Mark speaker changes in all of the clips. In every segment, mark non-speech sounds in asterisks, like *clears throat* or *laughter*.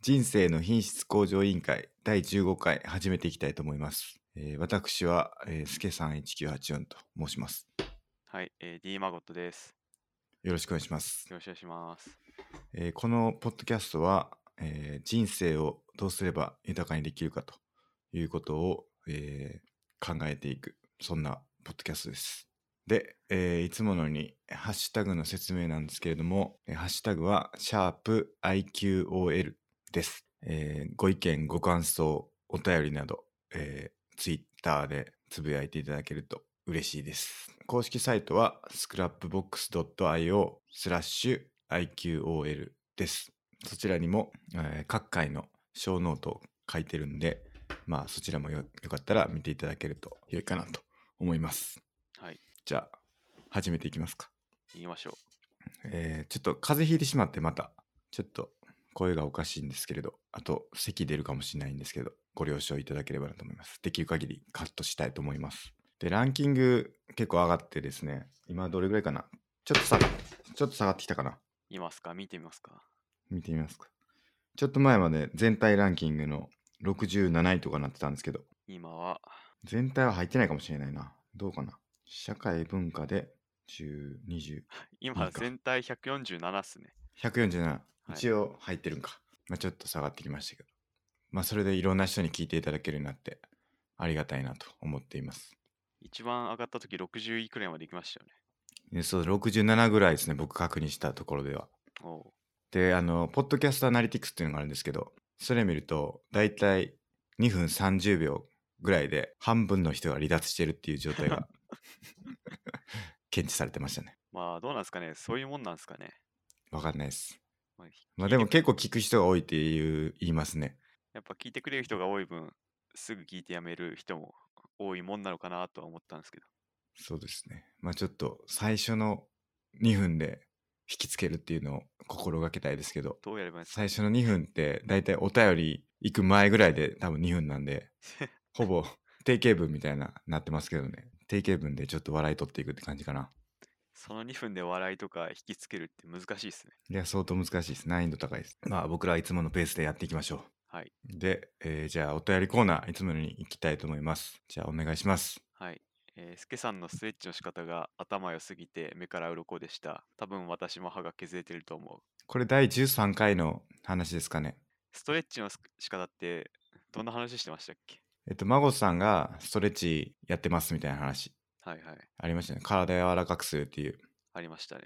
Speaker 1: 人生の品質向上委員会第15回始めていきたいと思います。えー私は、えー、すけさん1984と申します。
Speaker 2: はい、えー、D マゴットです。
Speaker 1: よろしくお願いします。
Speaker 2: よろしくお願いします。
Speaker 1: えーこのポッドキャストは、えー人生をどうすれば豊かにできるかということを、えー考えていく、そんなポッドキャストです。で、えーいつものように、ハッシュタグの説明なんですけれども、えーハッシュタグは、シャープ i q o l です、えーご意見、ご感想、お便りなど、えツイッター Twitter でつぶやいていただけると嬉しいです。公式サイトは scrapbox.io スラッシュ IQOL です。そちらにも、えー各回の小ノートを書いてるんで、まあそちらもよよかったら見ていただけると良いかなと思います。
Speaker 2: はい、
Speaker 1: じゃあ始めていきますか。
Speaker 2: 行きましょ
Speaker 1: えーちょっと風邪ひいてしまってまたちょっと声がおかしいんですけれどあと咳出るかもしれないんですけどご了承いただければなと思いますできる限りカットしたいと思いますでランキング結構上がってですね今どれぐらいかなちょっと下がちょっと下がってきたかな
Speaker 2: う。いますか見てみますか
Speaker 1: 見てみますかちょっと前まで全体ランキングの67位とかなってたんですけど
Speaker 2: 今は、
Speaker 1: 全体は入ってないかもしれないなどうかな社会文化で10、20、い
Speaker 2: 今
Speaker 1: いか
Speaker 2: 全体147っすね。
Speaker 1: 147、
Speaker 2: い
Speaker 1: 一応入ってるんか、まあ、ちょっと下がってきましたけど、まあ、それでいろんな人に聞いていただけるようになってありがたいなと思っています
Speaker 2: 一番上がった時60位くらいまで行きましたよね。
Speaker 1: でそう67ぐらいですね僕確認したところでは
Speaker 2: おう
Speaker 1: であのポッドキャストアナリティクスっていうのがあるんですけどそれ見ると大体2分30秒ぐらいで半分の人が離脱してるっていう状態が検知されてましたね
Speaker 2: まあどうなんですかねそういうもんなんですかね、
Speaker 1: わかんないです
Speaker 2: まあひ
Speaker 1: まあでも結構聞く人が多いっていう言いますね
Speaker 2: やっぱ聞いてくれる人が多い分、すぐ聞いてやめる人も多いもんなのかなとは思ったんですけど。
Speaker 1: そうですね。まあちょっと最初の2分で引きつけるっていうのを心がけたいですけど、
Speaker 2: どうやればいいんですか
Speaker 1: 最初の2分ってだいたいお便り行く前ぐらいで多分2分なんで、ほぼ定型文みたいななってますけどね。定型文でちょっと笑い取っていくって感じかな。
Speaker 2: その2分で笑いとか引きつけるって難しいっすね。
Speaker 1: いや、相当難しいです。難易度高いです。まあ僕らはいつものペースでやっていきましょう。
Speaker 2: はい。
Speaker 1: で、えーじゃあお便りコーナーいつものように行きたいと思います。じゃあお願いします。
Speaker 2: はい。えー、スケさんのストレッチの仕方が頭良すぎて目から鱗でした。多分私も歯が削れてると思う。
Speaker 1: これ第13回の話ですかね。
Speaker 2: ストレッチのす仕方ってどんな話してましたっけ
Speaker 1: えっと、孫さんがストレッチやってますみたいな話
Speaker 2: はいはい。
Speaker 1: ありましたね。体柔らかくするっていう。
Speaker 2: ありましたね。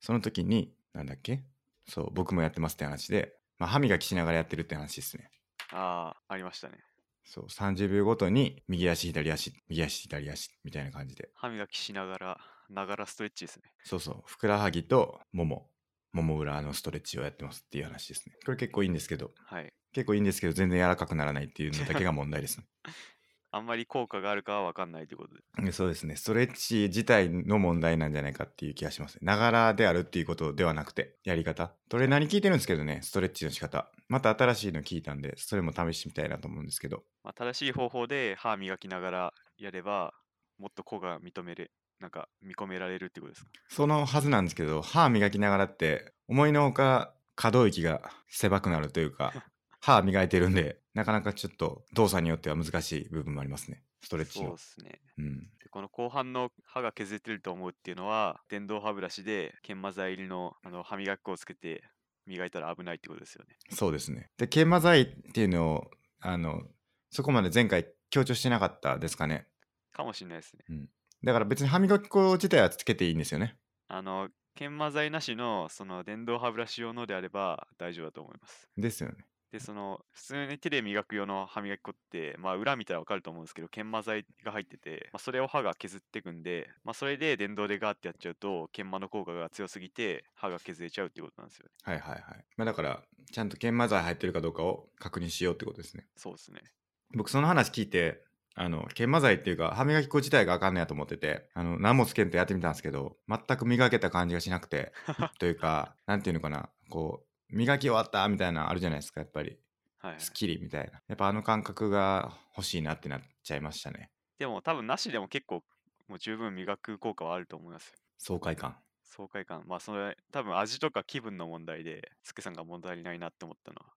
Speaker 1: その時に、なんだっけそう、僕もやってますって話で、まあ、歯磨きしながらやってるって話ですね。
Speaker 2: ああ、ありましたね。
Speaker 1: そう、30秒ごとに右足、左足、右足、左足みたいな感じで。
Speaker 2: 歯磨きしながら、 *laughs* ながらストレッチですね。
Speaker 1: そうそう、ふくらはぎともも、もも裏のストレッチをやってますっていう話ですね。これ結構いいんですけど、
Speaker 2: はい。
Speaker 1: 結構いいんですけど、全然柔らかくならないっていうのだけが問題ですね。
Speaker 2: あんまり効果があるかはわかんないということで。
Speaker 1: うんそうですね。ストレッチ自体の問題なんじゃないかっていう気がしますね。ながらであるっていうことではなくて、やり方。トレーナーに聞いてるんですけどね、ストレッチの仕方。また新しいの聞いたんで、それも試してみたいなと思うんですけど。
Speaker 2: まあ、正しい方法で歯磨きながらやれば、もっと効果が認めれ、なんか見込められるってことですか。
Speaker 1: そのはずなんですけど、歯磨きながらって、思いのほか可動域が狭くなるという
Speaker 2: *laughs*
Speaker 1: か、歯磨いてるんで、なかなかちょっと動作によっては難しい部分もありますね。ストレッチ
Speaker 2: そう
Speaker 1: の
Speaker 2: で。すね。
Speaker 1: うん。
Speaker 2: でこの後半の歯が削れてると思うっていうのは、電動歯ブラシで研磨剤入りのあの歯磨き粉をつけて磨いたら危ないってことですよね。
Speaker 1: そうですね。で、研磨剤っていうのを、あの、そこまで前回強調してなかったですかね。
Speaker 2: かもしれないですね。
Speaker 1: だから別に歯磨き粉自体はつけていいんですよね。
Speaker 2: あの、研磨剤なしの、その電動歯ブラシ用のであれば大丈夫だと思います。
Speaker 1: ですよね。
Speaker 2: で、その、普通に手で磨く用の歯磨き粉って、まあ、裏見たらわかると思うんですけど、研磨剤が入ってて、まあ、それを歯が削っていくんで、まあ、それで電動でガーってやっちゃうと、研磨の効果が強すぎて、歯が削れちゃうっていうことなんですよね。
Speaker 1: はいはいはい。まあだから、ちゃんと研磨剤入ってるかどうかを確認しようってことですね。
Speaker 2: そうですね。
Speaker 1: 僕その話聞いて、あの、研磨剤っていうか、歯磨き粉自体があかんねやと思ってて、あの、何もつけんとやってみたんですけど、全く磨けた感じがしなく
Speaker 2: *laughs*
Speaker 1: て、というか、なんていうのかな、こう、磨き終わったみたいなのあるじゃないですか、やっぱり。
Speaker 2: はい、はい。
Speaker 1: スッキリみたいな。やっぱあの感覚が欲しいなってなっちゃいましたね。
Speaker 2: でも、多分なしでも結構、もう十分磨く効果はあると思いますよ。
Speaker 1: 爽快感。
Speaker 2: 爽快感。まあ、それ、多分味とか気分の問題で、スケさんが問題ないなって思ったのは、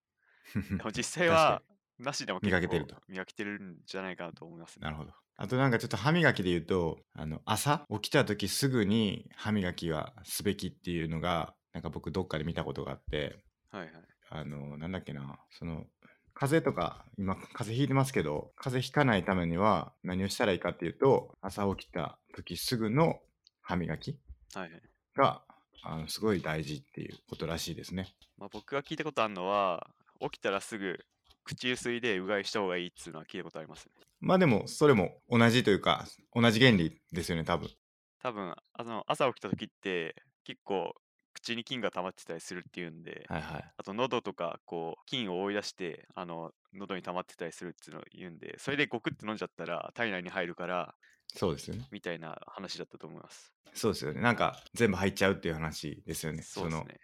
Speaker 2: でも実際は
Speaker 1: 確
Speaker 2: なしでも
Speaker 1: 磨けてると
Speaker 2: 結構磨けてるんじゃないかなと思います、ね、
Speaker 1: なるほど。あとなんかちょっと歯磨きで言うと、あの、朝起きた時すぐに歯磨きはすべきっていうのが、なんか僕どっかで見たことがあって、
Speaker 2: はいはい
Speaker 1: あの、なんだっけな、その、風邪とか、今、風邪ひいてますけど、風邪ひかないためには何をしたらいいかっていうと、朝起きた時すぐの歯磨き
Speaker 2: はいはい
Speaker 1: が、あの、すごい大事っていうことらしいですね。
Speaker 2: まあ、僕が聞いたことあるのは起きたらすぐ口ゆすいでうがいした方がいいっつうのは聞いたことありますね
Speaker 1: まあでも、それも同じというか、同じ原理ですよね、多分。
Speaker 2: 多分あの朝起きた時って結構口に菌が溜まってたりするっていうんで
Speaker 1: はいはい。
Speaker 2: あと喉とかこう菌を追い出してあの喉に溜まってたりするっていうのを言うんでそれでゴクって飲んじゃったら体内に入るから
Speaker 1: そうですよね。
Speaker 2: みたいな話だったと思います
Speaker 1: そうですよね。なんか、全部入っちゃうっていう話ですよね。
Speaker 2: そうです
Speaker 1: の
Speaker 2: ね、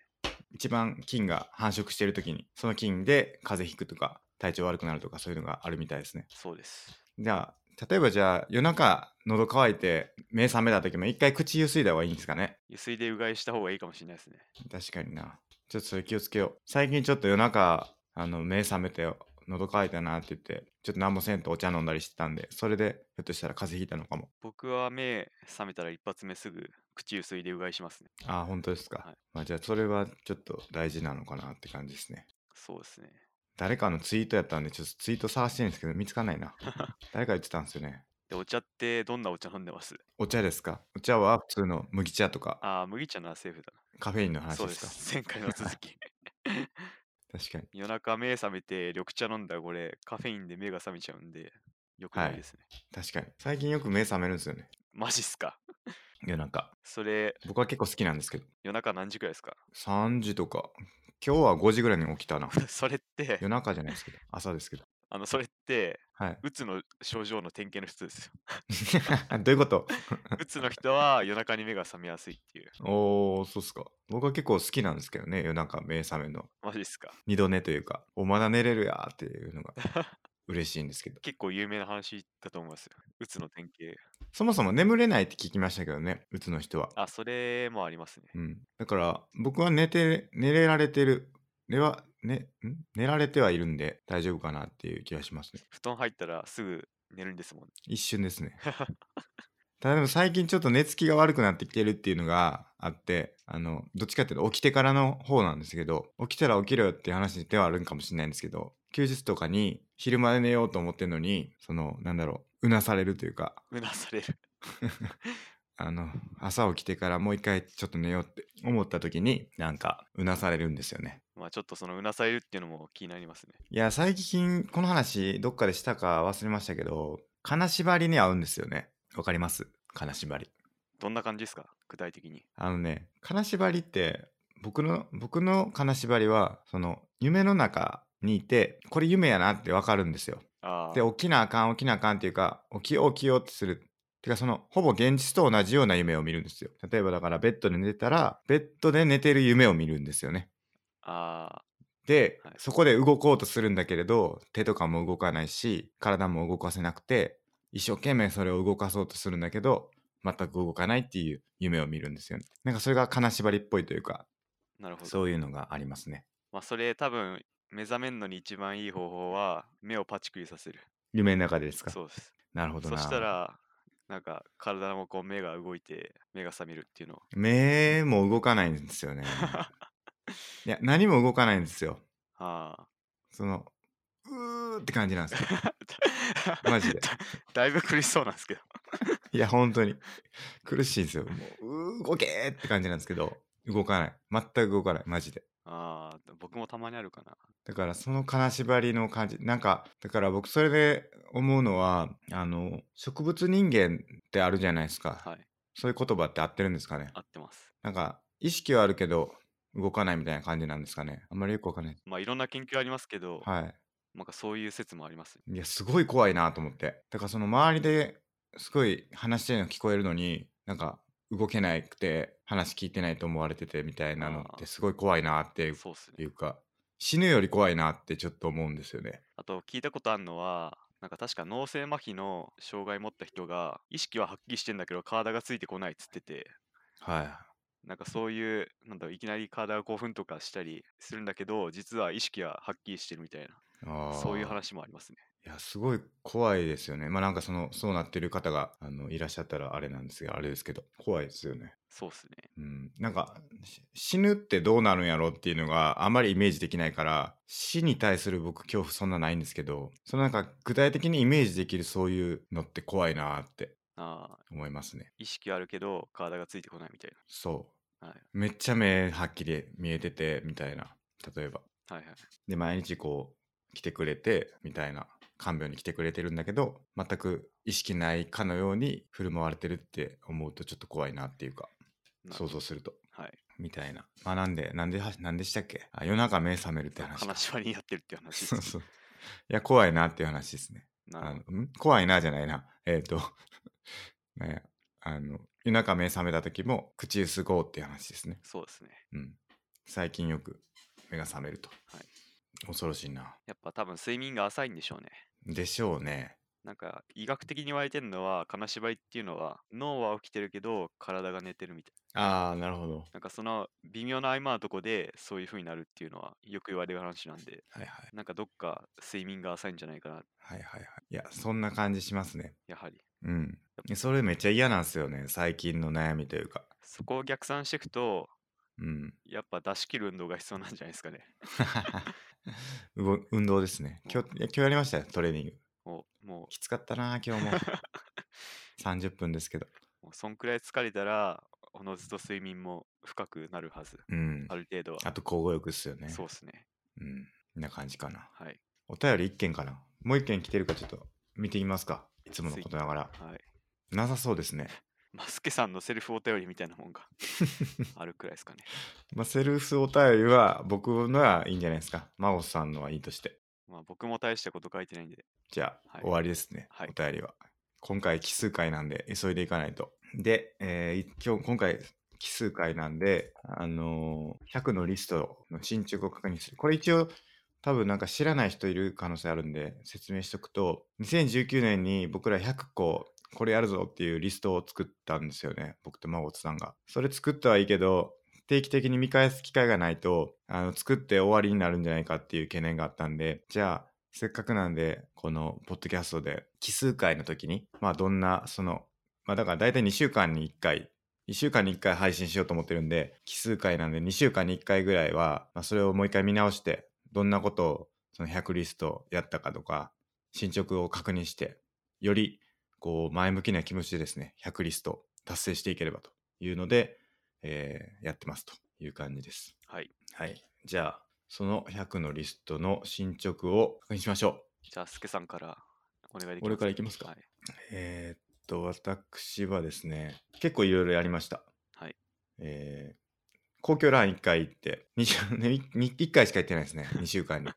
Speaker 1: 一番菌が繁殖してる時に、その菌で風邪ひくとか、体調悪くなるとか、そういうのがあるみたいですね。
Speaker 2: そうです
Speaker 1: じゃあ、例えばじゃあ、夜中、喉乾いて、目覚めた時も一回口ゆすいだ方がいいんですかね
Speaker 2: ゆすいでうがいした方がいいかもしれないですね
Speaker 1: 確かにな。ちょっとそれ気をつけよう。最近ちょっと夜中、あの、目覚めて、喉乾いたなって言って、ちょっと何もせんとお茶飲んだりしてたんで、それで、ひょっとしたら風邪ひいたのかも。
Speaker 2: 僕は目覚めたら一発目すぐ口ゆすいでうがいしますね
Speaker 1: ああ、本当ですか。
Speaker 2: はい
Speaker 1: まあじゃあ、それはちょっと大事なのかなって感じですね。
Speaker 2: そうですね
Speaker 1: 誰かのツイートやったんで、ちょっとツイート探してるんですけど、見つかんない *laughs* な。誰か言ってたんですよね。
Speaker 2: でお茶ってどんなお茶飲んでます
Speaker 1: お茶ですかお茶は普通の麦茶とか、
Speaker 2: ああ麦茶ならセーフだ
Speaker 1: カフェインの
Speaker 2: な
Speaker 1: 話
Speaker 2: そう
Speaker 1: で
Speaker 2: です
Speaker 1: か
Speaker 2: す *laughs* 前回の続き
Speaker 1: 確かに。
Speaker 2: 夜中目覚めて緑茶飲んだらこれカフェインで目が覚めちゃうんでよくな
Speaker 1: はい
Speaker 2: いですね、
Speaker 1: 確かに最近よく目覚めるんですよね
Speaker 2: マジっすか
Speaker 1: 夜中
Speaker 2: それ
Speaker 1: 僕は結構好きなんですけど
Speaker 2: 夜中何時くらいですか *laughs*
Speaker 1: 3時とか今日は5時ぐらいに起きたな
Speaker 2: それって
Speaker 1: 夜中じゃないですけど朝ですけど
Speaker 2: あのそれって
Speaker 1: はい *laughs*
Speaker 2: うつの症状の典型の人 *laughs* ですよ
Speaker 1: どういうこと
Speaker 2: うつの人は夜中に目が覚めやすいっていう
Speaker 1: おーそうっすか僕は結構好きなんですけどね夜中目覚めるの
Speaker 2: マジっすか
Speaker 1: 二度寝というかおまだ寝れるやーっていうのが嬉しいんですけど
Speaker 2: 結構有名な話だと思いますようつの典型
Speaker 1: そもそも眠れないって聞きましたけどねうつの人は
Speaker 2: あそれもありますね
Speaker 1: うんだから僕は寝て寝れられてる寝は、ね、ん寝られてはいるんで大丈夫かなっていう気がしますね
Speaker 2: 布団入ったらすぐ寝るんですもんね
Speaker 1: 一瞬ですねただでも最近ちょっと寝つきが悪くなってきてるっていうのがあってあのどっちかっていうと起きてからの方なんですけど起きたら起きろよっていう話ではあるんかもしれないんですけど休日とかに昼まで寝ようと思ってるのにそのなんだろううなされるというか
Speaker 2: うなされる *laughs*
Speaker 1: あの朝起きてからもう一回ちょっと寝ようって思った時になんかうなされるんですよね
Speaker 2: まあちょっとそのうなされるっていうのも気になりますね
Speaker 1: いや最近この話どっかでしたか忘れましたけど金縛りに合うんですよねわかります金縛り
Speaker 2: どんな感じですか具体的に
Speaker 1: あのね、金縛りって、僕の、僕の金縛りは、その、夢の中にいて、これ夢やなってわかるんですよ。
Speaker 2: あ
Speaker 1: で、起きなあかん、起きなあかんっていうか、起きよう、起きようってする。てか、その、ほぼ現実と同じような夢を見るんですよ。例えばだから、ベッドで寝てたら、ベッドで寝てる夢を見るんですよね。
Speaker 2: あ
Speaker 1: で、
Speaker 2: はい
Speaker 1: そこで動こうとするんだけれど、手とかも動かないし、体も動かせなくて、一生懸命それを動かそうとするんだけど、全く動かないっていう夢を見るんですよね。なんかそれが金縛りっぽいというか、
Speaker 2: ーなるほど
Speaker 1: そういうのがありますね。
Speaker 2: まあそれ多分目覚めんのに一番いい方法は目をパチクリさせる
Speaker 1: 夢の中でですか
Speaker 2: そうです
Speaker 1: なるほど
Speaker 2: そ
Speaker 1: な。
Speaker 2: したらなんか体もこう目が動いて目が覚めるっていうの
Speaker 1: 目も動かないんですよ
Speaker 2: *laughs*
Speaker 1: ね。いや、何も動かないんですよ。
Speaker 2: あ
Speaker 1: その、うーって感じなんですよ。
Speaker 2: あ
Speaker 1: マジで
Speaker 2: だ *laughs* だいぶ苦しそうなんですけど
Speaker 1: いや、本当に。苦しいんですよ。もう、うー動けーって感じなんですけど、動かない。全く動かない。マジで。
Speaker 2: ああ僕もたまにあるかな
Speaker 1: だからその金縛りの感じなんかだから僕それで思うのはあの植物人間ってあるじゃないですか、
Speaker 2: はい
Speaker 1: そういう言葉って合ってるんですかね
Speaker 2: 合ってます
Speaker 1: なんか意識はあるけど動かないみたいな感じなんですかねあんまりよくわかんない
Speaker 2: まあいろんな研究ありますけど、
Speaker 1: は
Speaker 2: なんかそういう説もありますね
Speaker 1: いいやすごい怖いなと思ってだからその周りですごい話してるの聞こえるのになんか動けなくて話聞いてないと思われててみたいなのってすごい怖いなって
Speaker 2: そうっすね
Speaker 1: いうか死ぬより怖いなってちょっと思うんですよね
Speaker 2: あと聞いたことあるのはなんか確か脳性麻痺の障害持った人が意識ははっきりしてんだけど体がついてこないっつってて
Speaker 1: はい
Speaker 2: なんかそういう、なんだろう、いきなり体が興奮とかしたりするんだけど、実は意識ははっきりしてるみたいな、そういう
Speaker 1: あー
Speaker 2: 話もありますね。
Speaker 1: いや、すごい怖いですよね。まあなんかその、そうなってる方があのいらっしゃったらあれなんですが、あれですけど、怖いですよね。
Speaker 2: そうっすね。
Speaker 1: うん、なんかし死ぬってどうなるんやろっていうのがあまりイメージできないから死に対する僕恐怖そんなないんですけどそのなんか具体的にイメージできるそういうのって怖いなーって
Speaker 2: ああ、
Speaker 1: 思いますね
Speaker 2: 意識あるけど、体がついてこないみたい
Speaker 1: そう、
Speaker 2: はい
Speaker 1: めっちゃ目はっきり見えててみたいな例えば
Speaker 2: な。はいはい。
Speaker 1: で毎日こう来てくれてみたいな看病に来てくれてるんだけど全く意識ないかのように振る舞われてるって思うとちょっと怖いなっていうか
Speaker 2: な
Speaker 1: 想像すると
Speaker 2: はい。
Speaker 1: みたいな。まあなんで、なんでは、なんでしたっけあ夜中目覚めるって話か。
Speaker 2: 話し割りにやってるっていう話です
Speaker 1: そ
Speaker 2: ね。
Speaker 1: うそう。いや、怖いなっていう話ですね。
Speaker 2: なる
Speaker 1: あ
Speaker 2: ほど。
Speaker 1: のん怖いなじゃないな。えっ、と、 *laughs* ね、あの、夜中目覚めた時も口ゆすごうっていう話ですね。
Speaker 2: そうですね。
Speaker 1: うん。最近よく目が覚めると。
Speaker 2: はい
Speaker 1: 恐ろしいな。
Speaker 2: やっぱ多分睡眠が浅いんでしょうね。
Speaker 1: でしょうね。
Speaker 2: なんか医学的に言われてるのは金縛りっていうのは脳は起きてるけど体が寝てるみたい
Speaker 1: ああ、なるほど。
Speaker 2: なんかその微妙な合間のとこでそういう風になるっていうのはよく言われる話なんで
Speaker 1: はいはい。
Speaker 2: なんかどっか睡眠が浅いんじゃないかな
Speaker 1: はいはいはい。いや、そんな感じしますね。
Speaker 2: やはり
Speaker 1: うん。それめっちゃ嫌なんですよね。最近の悩みというか。
Speaker 2: そこを逆算していくと
Speaker 1: うん。
Speaker 2: やっぱ出し切る運動が必要なんじゃないですかね
Speaker 1: うご運動ですね今日いや今日やりましたよトレーニング
Speaker 2: もうも
Speaker 1: きつかったな今日 *laughs* も30分ですけど
Speaker 2: うもうそんくらい疲れたらおのずと睡眠も深くなるはず
Speaker 1: うん
Speaker 2: ある程度は
Speaker 1: あと交互浴っすよね
Speaker 2: そうですね
Speaker 1: うんこんな感じかな
Speaker 2: はい
Speaker 1: お便り1件かなもう1件来てるかちょっと見てみますかいつものことながら
Speaker 2: はい
Speaker 1: なさそうですね
Speaker 2: マスケさんのセルフお便りみたいなもんがあるくらいですかね
Speaker 1: まあセルフお便りは僕のはいいんじゃないですか孫さんのはいいとして
Speaker 2: まあ僕も大したこと書いてないんで
Speaker 1: じゃあ、
Speaker 2: はい
Speaker 1: 終わりですね、
Speaker 2: はい
Speaker 1: お便りは。今回奇数回なんで、急いでいかないと。で、えー今日、今回奇数回なんで、あのー100のリストの進捗を確認する。これ一応、多分なんか知らない人いる可能性あるんで、説明しとくと、2019年に僕ら100個、これやるぞっていうリストを作ったんですよね。僕と孫さんが。それ作ったはいいけど、定期的に見返す機会がないとあの作って終わりになるんじゃないかっていう懸念があったんでじゃあせっかくなんでこのポッドキャストで奇数回の時にまあどんなそのまあだから大体2週間に1回1週間に1回配信しようと思ってるんで奇数回なんで2週間に1回ぐらいは、まあ、それをもう一回見直してどんなことをその100リストやったかとか進捗を確認してよりこう前向きな気持ちでですね100リスト達成していければというのでえーやってますという感じです。
Speaker 2: はい。
Speaker 1: はい。じゃあ、その100のリストの進捗を確認しましょ
Speaker 2: じゃあ、スケさんからお願いできます
Speaker 1: 俺からいきますか
Speaker 2: はい。
Speaker 1: う。えーっと、私はですね、結構いろいろやりました。
Speaker 2: はい。
Speaker 1: えー公共ラン1回行って、2週 *laughs* 1回しか行ってないですね、2週間に。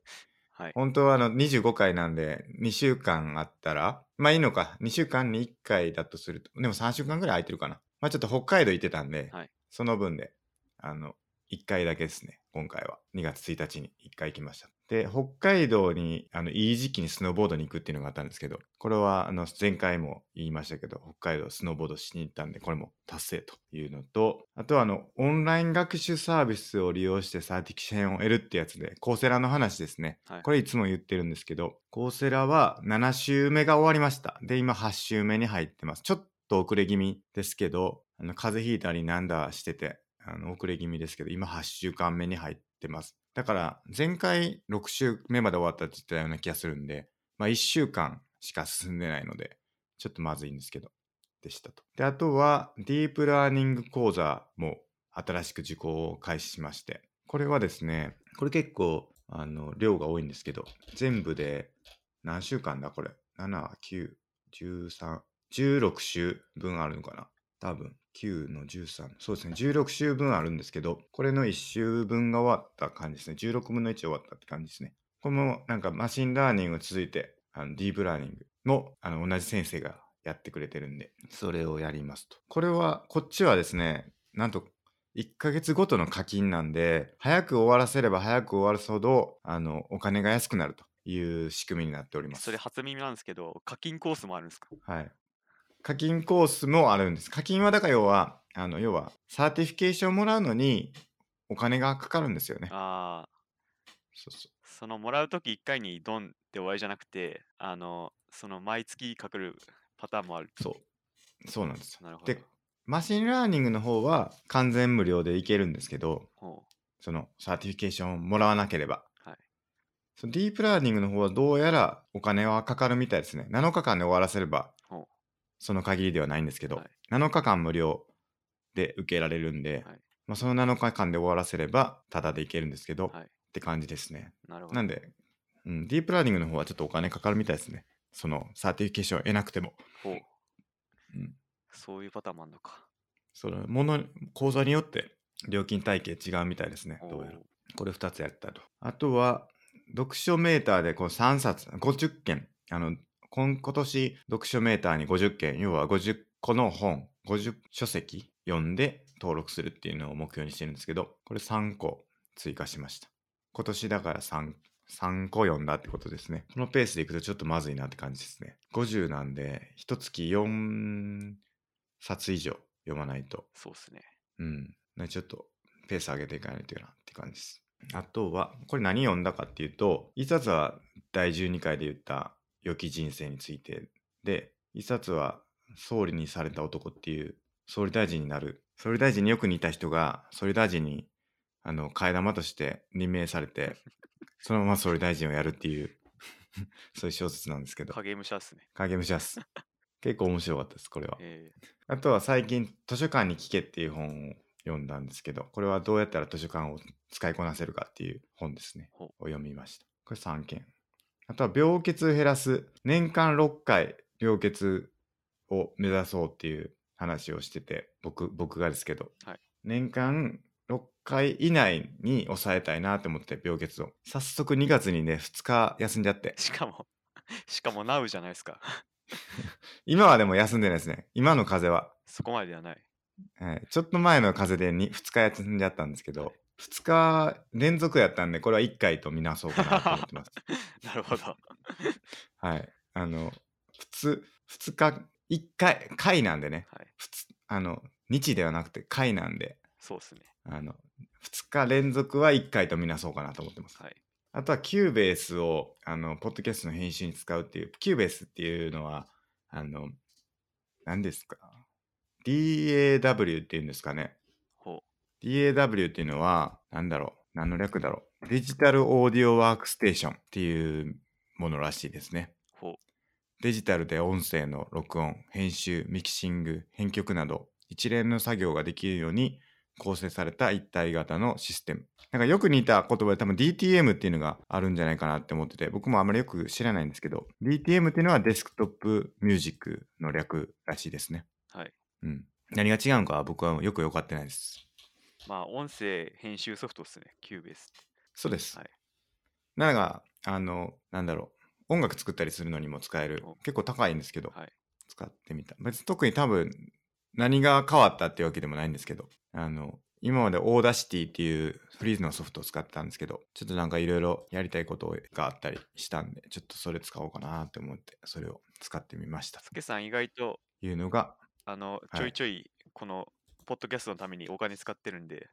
Speaker 2: はい。
Speaker 1: 本当はあの25回なんで、2週間あったら、まあいいのか、2週間に1回だとすると、でも3週間ぐらい空いてるかな。まあちょっと北海道行ってたんで、
Speaker 2: はい
Speaker 1: その分で、あの、1回だけですね、今回は。2月1日に1回行きました。で、北海道に、あの、いい時期にスノーボードに行くっていうのがあったんですけど、これは、あの、前回も言いましたけど、北海道スノーボードしに行ったんで、これも達成というのと、あとは、あの、オンライン学習サービスを利用してサーティフィケーションを得るってやつで、コーセラの話ですね。
Speaker 2: はい
Speaker 1: これいつも言ってるんですけど、コーセラは7週目が終わりました。で、今8週目に入ってます。ちょっと遅れ気味ですけど、あの風邪ひいたりなんだしてて、あの遅れ気味ですけど、今8週間目に入ってます。だから、前回6週目まで終わったって言ってたような気がするんで、まあ1週間しか進んでないので、ちょっとまずいんですけど、でしたと。で、あとは、ディープラーニング講座も新しく受講を開始しまして、これはですね、これ結構、あの、量が多いんですけど、全部で何週間だこれ ?7、9、13、16週分あるのかな多分、9の13、そうですね、16週分あるんですけど、これの1週分が終わった感じですね。16分の1終わったって感じですね。これもなんかマシンラーニングを続いて、あのディープラーニングもあの同じ先生がやってくれてるんで、それをやりますと。これは、こっちはですね、なんと1ヶ月ごとの課金なんで、早く終わらせれば早く終わらすほど、あの、お金が安くなるという仕組みになっております。
Speaker 2: それ初耳なんですけど、課金コースもあるんですか
Speaker 1: はい。課金コースもあるんです。課金はだから要は、あの要は、サーティフィケーションをもらうのにお金がかかるんですよね。
Speaker 2: ああ、
Speaker 1: そうそう
Speaker 2: そのもらうとき1回にドンって終わりじゃなくて、あの、その毎月かかるパターンもある。
Speaker 1: そうそうなんですよ。
Speaker 2: なるほど
Speaker 1: で。マシンラーニングの方は完全無料でいけるんですけど、
Speaker 2: ほ
Speaker 1: そのサーティフィケーションをもらわなければ。
Speaker 2: はい
Speaker 1: そのディープラーニングの方はどうやらお金はかかるみたいですね。7日間で終わらせれば
Speaker 2: ほう、
Speaker 1: その限りではないんですけど、
Speaker 2: はい
Speaker 1: 7日間無料で受けられるんで、
Speaker 2: はい
Speaker 1: まあ、その7日間で終わらせれば、タダでいけるんですけど、
Speaker 2: はい
Speaker 1: って感じですね。
Speaker 2: うなるほ
Speaker 1: な
Speaker 2: ど
Speaker 1: ん。で、うん、ディープラーニングの方はちょっとお金かかるみたいですね。そのサーティフィケーションを得なくても。
Speaker 2: ほう
Speaker 1: うん
Speaker 2: そういうパターンもあるのか。
Speaker 1: そのもの口座によって料金体系違うみたいですね。どう
Speaker 2: お
Speaker 1: やら
Speaker 2: ー
Speaker 1: これ2つやったと。あとは、読書メーターでこう3冊、50件。あの、今今年、読書メーターに50件、要は50個の本、50書籍読んで登録するっていうのを目標にしてるんですけど、これ3個追加しました。今年だから3、3個読んだってことですね。このペースでいくとちょっとまずいなって感じですね。50なんで、1月4冊以上読まないと
Speaker 2: そうっすね。
Speaker 1: うん。ねちょっとペース上げていかないといけないって感じです。あとは、これ何読んだかっていうと、一冊は第12回で言った良き人生についてで、一冊は総理にされた男っていう、総理大臣になる、総理大臣によく似た人が、総理大臣に、あの、替え玉として任命されて、そのまま総理大臣をやるっていう、 *laughs* そういう小説なんですけど、
Speaker 2: 影武者っすね。
Speaker 1: 影武者っす。結構面白かったです、これは。
Speaker 2: え *laughs* ー
Speaker 1: あとは最近図書館に聞けっていう本を読んだんですけど、これはどうやったら図書館を使いこなせるかっていう本ですね。
Speaker 2: ほ
Speaker 1: を読みました。これ3件。あとは病欠減らす。年間6回病欠を目指そうっていう話をしてて、僕、僕がですけど、
Speaker 2: はい
Speaker 1: 年間6回以内に抑えたいなと思って病欠を。早速2月にね、2日休んじゃって。
Speaker 2: しかも、しかも NOW じゃないですか。 *laughs*
Speaker 1: 今はでも休んでないですね。今の風邪は。
Speaker 2: そこまでではない。 *laughs*
Speaker 1: はいちょっと前の風で 2, 日休んじゃったんですけど、2日連続やったんで、これは1回とみなそうかなと思ってます。
Speaker 2: なるほど。
Speaker 1: はい。あの、普通、2日、1回、回なんでね、
Speaker 2: はい。
Speaker 1: 普通、あの、日ではなくて回なんで、
Speaker 2: そうっすね。
Speaker 1: あの、2日連続は1回とみなそうかなと思ってます。
Speaker 2: はい。
Speaker 1: あとはキューベースを、あの、ポッドキャストの編集に使うっていう、キューベースっていうのは、あの、何ですか ?DAW っていうんですかね。
Speaker 2: ほ
Speaker 1: DAW っていうのは、なんだろう、何の略だろう。デジタルオーディオワークステーションっていうものらしいですね。
Speaker 2: う。ほ
Speaker 1: デジタルで音声の録音、編集、ミキシング、編曲など、一連の作業ができるように構成された一体型のシステム。なんかよく似た言葉で多分 DTM っていうのがあるんじゃないかなって思ってて、僕もあまりよく知らないんですけど、DTM っていうのはデスクトップミュージックの略らしいですね。
Speaker 2: う。はい。
Speaker 1: うん。何が違うのかは僕はよく分かってないです。
Speaker 2: まあ、音声編集ソフトっすね。キューベース。
Speaker 1: そうです。
Speaker 2: はい
Speaker 1: なんか、あの、なんだろう、音楽作ったりするのにも使える
Speaker 2: お、
Speaker 1: 結構高いんですけど、
Speaker 2: はい
Speaker 1: 使ってみた。別に特に多分、何が変わったっていうわけでもないんですけど、あの、今までオーダーシティっていうフリーズのソフトを使ってたんですけど、ちょっとなんかいろいろやりたいことがあったりしたんで、ちょっとそれ使おうかなって思って、それを使ってみましたと
Speaker 2: スケさん意外と、
Speaker 1: いうのが、
Speaker 2: あの、
Speaker 1: い
Speaker 2: ちょいちょい、この、ポッドキャストのためにお金使ってる
Speaker 1: *laughs*
Speaker 2: んで、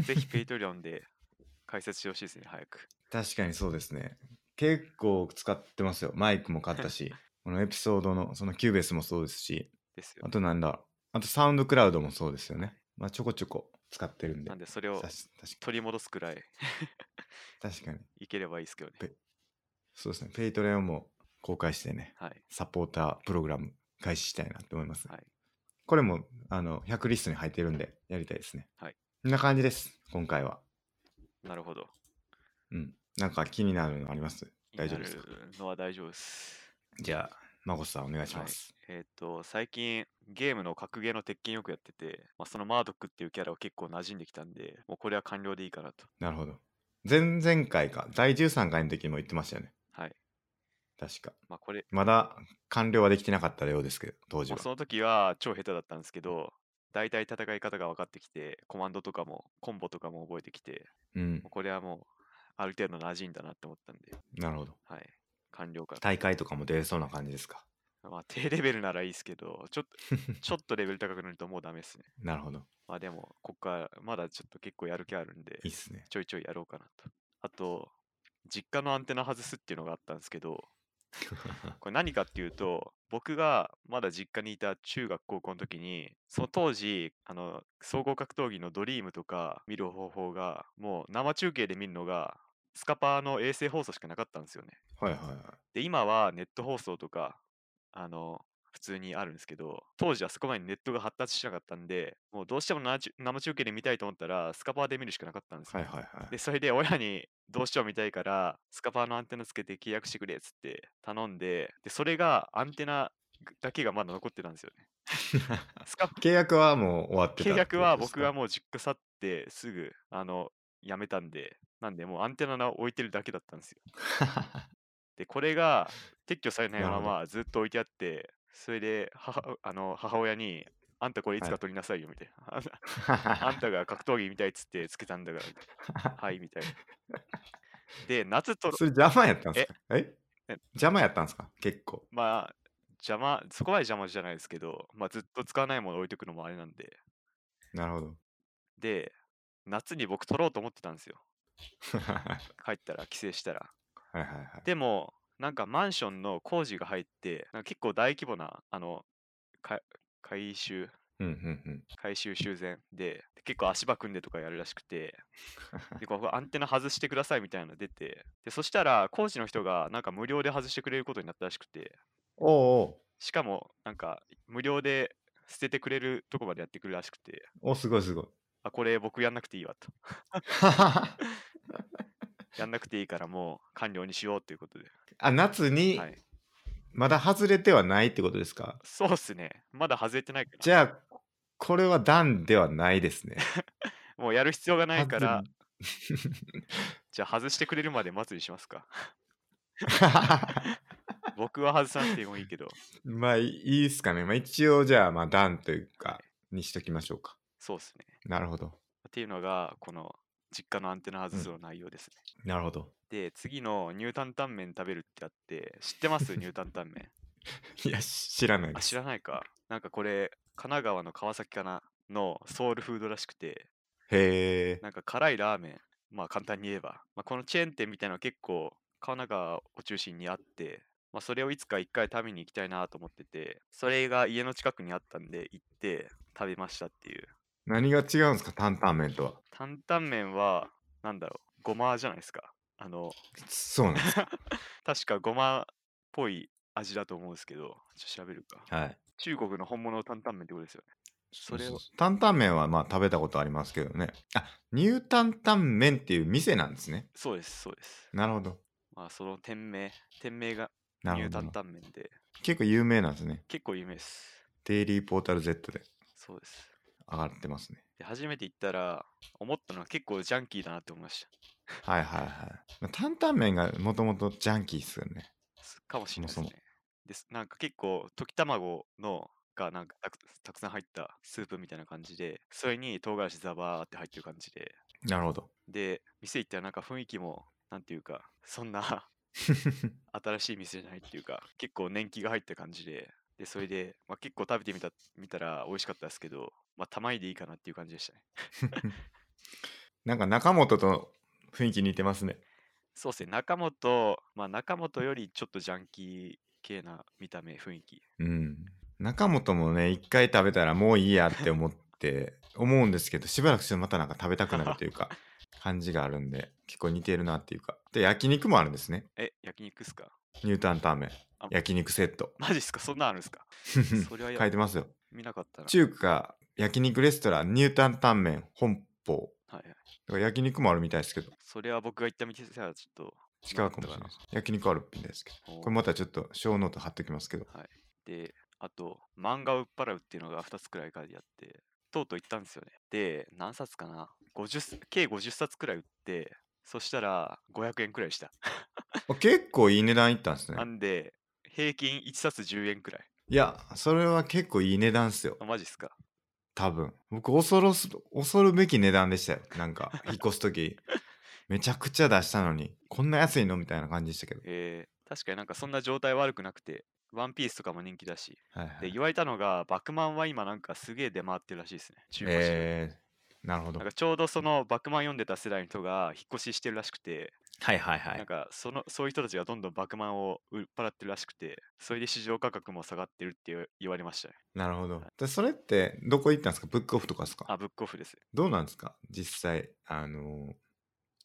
Speaker 2: ぜひペイトリオンで解説してほしいですね、早く。
Speaker 1: 確かにそうですね。結構使ってますよ。マイクも買った *laughs* し、このエピソードの、そのキューベースもそうですし、
Speaker 2: ですよ
Speaker 1: あ。となんだあとサウンドクラウドもそうですよね。まあちょこちょこ使ってるんで。
Speaker 2: なんで、それを
Speaker 1: さし確か
Speaker 2: 取り戻すくらい
Speaker 1: 確かに。
Speaker 2: いければいいですけどね。
Speaker 1: そうですね。ペイトレオンも公開してね、
Speaker 2: はい。
Speaker 1: サポータープログラム開始したいなって思います。
Speaker 2: はい。
Speaker 1: これも、あの、100リストに入ってるんで、やりたいですね。
Speaker 2: はい。
Speaker 1: こんな感じです、今回は。
Speaker 2: なるほど。
Speaker 1: うん。なんか気になるのあります大丈夫ですか
Speaker 2: 気になるのは大丈夫です。
Speaker 1: じゃあ、マコさんお願いします。
Speaker 2: えっ、と、最近ゲームの格ゲーの鉄拳よくやってて、まあ、そのマードックっていうキャラを結構馴染んできたんで、もうこれは完了でいいかなと。
Speaker 1: なるほど。前々回か、第13回の時も言ってましたよね。
Speaker 2: はい。
Speaker 1: 確か。
Speaker 2: まあ、これ、
Speaker 1: まだ完了はできてなかったようですけど、当時
Speaker 2: まあ
Speaker 1: は。
Speaker 2: その時は超下手だったんですけど、大体戦い方が分かってきて、コマンドとかも、コンボとかも覚えてきて、
Speaker 1: うん
Speaker 2: もう。これはもう、ある程度馴染んだなって思ったんで、
Speaker 1: なるほど。
Speaker 2: はい。完了かな。
Speaker 1: 大会とかも出れそうな感じですか。
Speaker 2: まあ、低レベルならいいですけど、ちょっと、ちょっとレベル高くなるともうダメですね。
Speaker 1: なるほど。
Speaker 2: まあでも、こっから、まだちょっと結構やる気あるんで
Speaker 1: いい、っすね。
Speaker 2: ちょいちょいやろうかなと。あと、実家のアンテナ外すっていうのがあったんですけど、 *laughs* これ何かっていうと、僕がまだ実家にいた中学高校の時に、その当時、あの、総合格闘技のドリームとか見る方法が、もう生中継で見るのが、スカパーの衛星放送しかなかったんですよね。
Speaker 1: はいはいは
Speaker 2: で、今はネット放送とか、あの、普通にあるんですけど、当時はそこまでネットが発達しなかったんで、もうどうしても生中生中継で見たいと思ったら、スカパーで見るしかなかったんです
Speaker 1: い。は
Speaker 2: よ
Speaker 1: いはいはい。
Speaker 2: で、それで親にどうしても見たいから、スカパーのアンテナつけて契約してくれっつって頼んで、で、それがアンテナだけがまだ残ってたんですよね。ス *laughs* カ
Speaker 1: *laughs* 契約はもう終わってた
Speaker 2: 契約は僕が
Speaker 1: も
Speaker 2: もう実家去ってすぐ、あの、辞めたんで、なんでもうアンテナの置いてるだけだったんですよ。で、これが撤去されない
Speaker 1: なる
Speaker 2: ま
Speaker 1: ほど
Speaker 2: まずっと置いてあって、それで母あの母親に、あんたこれいつ
Speaker 1: は
Speaker 2: か
Speaker 1: い
Speaker 2: 取りなさいよみたいな。あんたあんたが格闘技みたいっつってつけたんだからみたいな、はいみたいな。で、夏と
Speaker 1: *laughs* それ邪魔やったんですかえ邪魔やったんですか結構。
Speaker 2: まあ、邪魔、そこまで邪魔じゃないですけど、まあ、ずっと使わないもの置いておくのもあれなんで、
Speaker 1: なるほど。 *laughs*
Speaker 2: で、夏に僕取ろうと思ってたんですよ。帰ったら、帰省したら。
Speaker 1: はいはいはい。
Speaker 2: でも、なんかマンションの工事が入って、なんか結構大規模な、あの、か改修、
Speaker 1: うんうんうん。
Speaker 2: 改修修繕で、で結構足場組んでとかやるらしくて、で、こうアンテナ外してくださいみたいなの出て、で、そしたら工事の人がなんか無料で外してくれることになったらしくて、
Speaker 1: おう
Speaker 2: しかも、なんか、無料で捨ててくれるとこまでやってくるらしくて、
Speaker 1: おうおすごい
Speaker 2: *laughs*
Speaker 1: すごい。
Speaker 2: あ、これ僕やんなくていいわと。やんなくていいからもう完了にしようということで。
Speaker 1: あ夏に
Speaker 2: はい。
Speaker 1: まだ外れてはないってことですか
Speaker 2: そうっすね。まだ外れてないか
Speaker 1: じゃあこれは段ではないですね。
Speaker 2: ら。もうやる必要がないから
Speaker 1: 外、
Speaker 2: じゃあ外してくれるまで待つにします
Speaker 1: *laughs*
Speaker 2: か。僕は外さなくてもいいけど、
Speaker 1: まあいいっすかね。まあ一応じゃあまあ段というかにしときましょうか。
Speaker 2: そうっすね。
Speaker 1: なるほど。
Speaker 2: っていうのが、この実家のアンテナ外
Speaker 1: うん
Speaker 2: すの内容ですね。
Speaker 1: なるほど。
Speaker 2: で、次の牛タンタンメン食べるってあって、知ってます牛タンタン
Speaker 1: *laughs*
Speaker 2: メン。
Speaker 1: いやし知らないで
Speaker 2: あ、
Speaker 1: す。
Speaker 2: 知らないか。なんかこれ、神奈川の川崎かなのソウルフードらしくて、
Speaker 1: へえ。
Speaker 2: なんか辛いラーメン、まあ簡単に言えば、まあ、このチェーン店みたいなのは結構川中を中心にあって、まあ、それをいつか一回食べに行きたいなと思ってて、それが家の近くにあったんで行って食べましたっていう。
Speaker 1: 何が違うんですか担々麺とは。
Speaker 2: 担々麺は、なんだろう、ごまじゃないですか。あの、
Speaker 1: そうなん
Speaker 2: *laughs*
Speaker 1: ですか。
Speaker 2: 確かごまっぽい味だと思うんですけど、ちょっと調べるか。
Speaker 1: はい。
Speaker 2: 中国の本物の担々麺ってことですよね。それを
Speaker 1: ううう担々麺はまあ食べたことありますけどね。あ、ニ担々麺っていう店なんですね。
Speaker 2: そうです、そうです。
Speaker 1: なるほど。
Speaker 2: まあその店名、店名が
Speaker 1: なる
Speaker 2: ニュ
Speaker 1: ほ
Speaker 2: ー
Speaker 1: ど
Speaker 2: 担
Speaker 1: な。
Speaker 2: 々麺で、
Speaker 1: 結構有名なんですね。
Speaker 2: 結構有名です。
Speaker 1: デイリーポータル Z で
Speaker 2: そうです。
Speaker 1: 上がってますね。
Speaker 2: で初めて行ったら思ったのは結構ジャンキーだなって思いまし
Speaker 1: はいはいはいまあ。担々麺がもともとジャンキーっすよね。
Speaker 2: たすかもしれないです
Speaker 1: そも
Speaker 2: ね
Speaker 1: そ
Speaker 2: ですなんか結構溶き卵のがなんかたくたくさん入ったスープみたいな感じでそれに唐辛子ザバーって入ってる感じで
Speaker 1: なるほど。 *laughs*
Speaker 2: で店行ったらなんか雰囲気もなんていうかそんな *laughs* 新しい店じゃないっていうか結構年季が入った感じででそれで、まあ、結構食べてみた見たら美味しかったですけどまあたまにでいいかなっていう感じでしたね
Speaker 1: なんか中本と雰囲気似てますね。
Speaker 2: そうですね、中本、まあ中本よりちょっとジャンキー系な見た目、雰囲気。
Speaker 1: うん。中本もね、一回食べたらもういいやって思って、 *laughs* 思うんですけど、しばらくしてまたなんか食べたくなるというか、
Speaker 2: *laughs*
Speaker 1: 感じがあるんで、結構似てるなっていうか。で、焼肉もあるんですね。
Speaker 2: え、焼肉っすか *laughs*
Speaker 1: ニュータンタンメン
Speaker 2: あ、
Speaker 1: 焼肉セット。
Speaker 2: マジっすかそんなんあるん
Speaker 1: *laughs*
Speaker 2: すかそれはや
Speaker 1: 書いてますよ。
Speaker 2: 見なかったな。
Speaker 1: 中華、焼肉レストラン、ニュータンタンメン、本舗。
Speaker 2: はいはい。
Speaker 1: だから焼肉もあるみたいですけど、
Speaker 2: それは僕が行った店ではちょっと
Speaker 1: 違うかもしれないです。焼肉あるみたいですけど、
Speaker 2: おー
Speaker 1: これまたちょっと小ノート貼っておきますけど、
Speaker 2: で、あと、漫画を売っ払うっていうのが2つくらいからやって、とうとう行ったんですよね。で、何冊かな ?50、計50冊くらい売って、そしたら500円くらいした。
Speaker 1: あ結構いい値段いったんですね
Speaker 2: な。んで、平均1冊10円くらい。
Speaker 1: いや、それは結構いい値段っすよ
Speaker 2: あ。マジっすか
Speaker 1: 多分僕恐ろす恐るべき値段でしたよなん *laughs* か引っ越す時めちゃくちゃ出したのにこんな安いのみたいな感じでしたけど
Speaker 2: えー確かになんかそんな状態悪くなくて、ワンピースとかも人気だし。
Speaker 1: はいは
Speaker 2: で、
Speaker 1: い。
Speaker 2: 言われたのが、バクマンは今なんかすげえ出回ってるらしいですね。中古市場
Speaker 1: えー、なるほど。
Speaker 2: なん
Speaker 1: はい
Speaker 2: かちょうどそのバックマン読んでた世代の人が引っ越ししてるらしくて、
Speaker 1: はいは
Speaker 2: なん。かそのそういう人たちがどんどんバックマンを売っ払ってるらしくて、それで市場価格も下がってるって言わ言われましたね。
Speaker 1: なるほど。でそれってどこ行ったんですかブックオフとかですか
Speaker 2: あ、ブックオフです。
Speaker 1: どうなんですか実際、あの、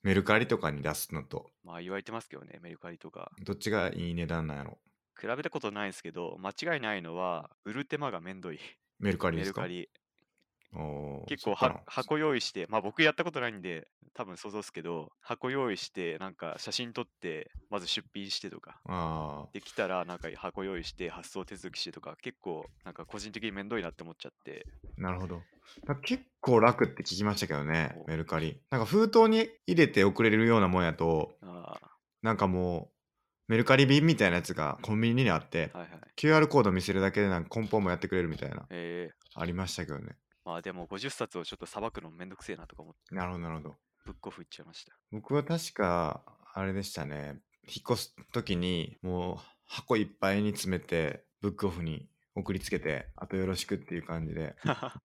Speaker 1: メルカリとかに出すのと、
Speaker 2: まあ言われてますけどね、メルカリとか。
Speaker 1: どっちがいい値段なんやろ
Speaker 2: 比べたことないですけど、間違いないのは、売る手間がめんどい。
Speaker 1: メルカリ
Speaker 2: メ
Speaker 1: です
Speaker 2: ル
Speaker 1: か
Speaker 2: カリ。
Speaker 1: おー
Speaker 2: 結
Speaker 1: そ
Speaker 2: 構
Speaker 1: っか
Speaker 2: は
Speaker 1: な
Speaker 2: 箱用意して、まあ僕やったことないんで、多分想像ですけど、箱用意して、なんか写真撮って、まず出品してとか、
Speaker 1: あ
Speaker 2: できたらなんか箱用意して発送手続きしてとか結構なんか個人的に面倒いなって思っちゃって
Speaker 1: あ、なるほど。だ結構楽って聞きましたけどね、
Speaker 2: お
Speaker 1: メルカリ。なんか封筒に入れて送れるようなもんやと、
Speaker 2: ああ
Speaker 1: なんかもう、メルカリ便みたいなやつがコンビニにあって、
Speaker 2: はいはい
Speaker 1: QR コード見せるだけでなんか梱包もやってくれるみたいな、
Speaker 2: えー、
Speaker 1: ありましたけどね。
Speaker 2: まあでも50冊をちょっとさばくのめんどくせえなとか思って
Speaker 1: なるほど、なるほど。
Speaker 2: ブックオフ行っちゃいました
Speaker 1: 僕は確かあれでしたね引っ越す時にもう箱いっぱいに詰めてブックオフに送りつけてあとよろしくっていう感じで確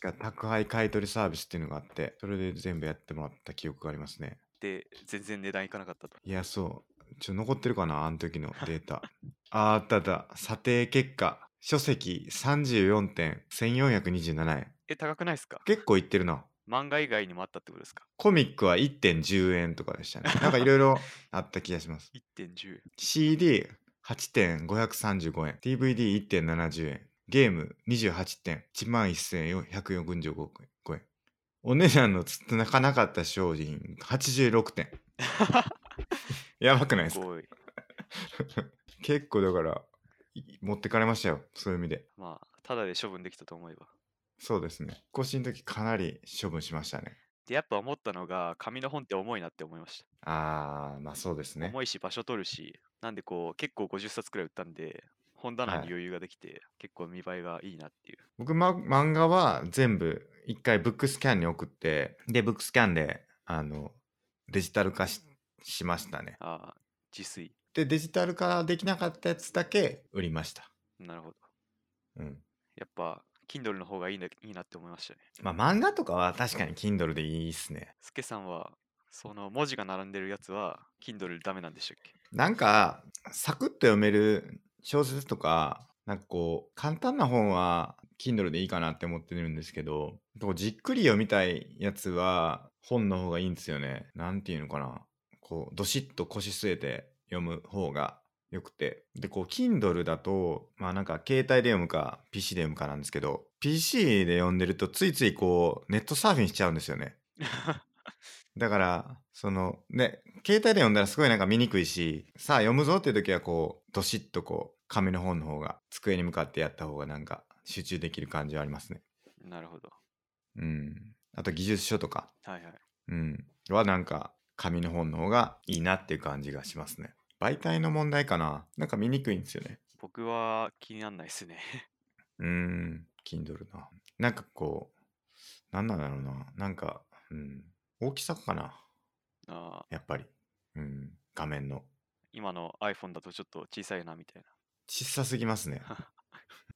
Speaker 1: か宅配買取サービスっていうのがあってそれで全部やってもらった記憶がありますね
Speaker 2: *laughs* で全然値段いかなかったと
Speaker 1: いやそうちょ残ってるかなあの時のデータ *laughs* あーあったあった査定結果書籍34点1427円
Speaker 2: え高くないですか
Speaker 1: 結構いってるな
Speaker 2: 漫画以外にもあったってことですか
Speaker 1: コミックは1.10円とかでしたねなんかいろいろあった気がします
Speaker 2: ?1.10 円
Speaker 1: CD8.535 円、DVD1.70 円、ゲーム28点、1万1145円。お値段のつなかなかった商品86点。やばくないですか
Speaker 2: 多い
Speaker 1: 結構だから、い持ってかれましたよ。そういう意味で。
Speaker 2: まあただで処分できたと思えば
Speaker 1: そうですね。更新の時かなり処分しましたね。
Speaker 2: でやっぱ思ったのが紙の本って重いなって思いました
Speaker 1: あー、まあそうですね。
Speaker 2: 重いし場所取るしなんでこう結構50冊くらい売ったんで本棚に
Speaker 1: はい
Speaker 2: 余裕ができて、結構見栄えがいいなっていう
Speaker 1: 僕、ま、漫画は全部一回ブックスキャンに送ってでブックスキャンであのデジタル化ししましたね
Speaker 2: ああ自炊
Speaker 1: でデジタル化できなかったやつだけ売りました
Speaker 2: なるほど
Speaker 1: うん
Speaker 2: やっぱ Kindle の方がいいないいなって思いましたね
Speaker 1: まあ漫画とかは確かに Kindle でいいっすね
Speaker 2: スケさんはその文字が並んでるやつは Kindle ダメなんでしたっけ *laughs*
Speaker 1: なんかサクッと読める小説とかなんかこう簡単な本は Kindle でいいかなって思ってるんですけどこうじっくり読みたいやつは本の方がいいんですよねなんていうのかなこうどしっと腰据えて読む方がよくてでこう Kindle だとまあなんか携帯で読むか PC で読むかなんですけど PC で読んでるとついついこうネットサーフィンしちゃうんですよねだから、その、ね、携帯で読んだらすごいなんか見にくいし、さあ読むぞっていう時はこう、どしっとこう、紙の本の方が、机に向かってやった方がなんか集中できる感じはありますね。
Speaker 2: なるほど
Speaker 1: うん。あと技術書とか、
Speaker 2: はいはい
Speaker 1: うん。はなんか、紙の本の方がいいなっていう感じがしますね。媒体の問題かななんか見にくいんですよね。
Speaker 2: 僕は気にならないですね *laughs*
Speaker 1: うん、Kindle な。なんかこう、なんなんだろうな。なんか、うん。大きさかな
Speaker 2: ああ
Speaker 1: やっぱり。うん。画面の。
Speaker 2: 今の iPhone だとちょっと小さいなみたい
Speaker 1: 小さすぎますね。だか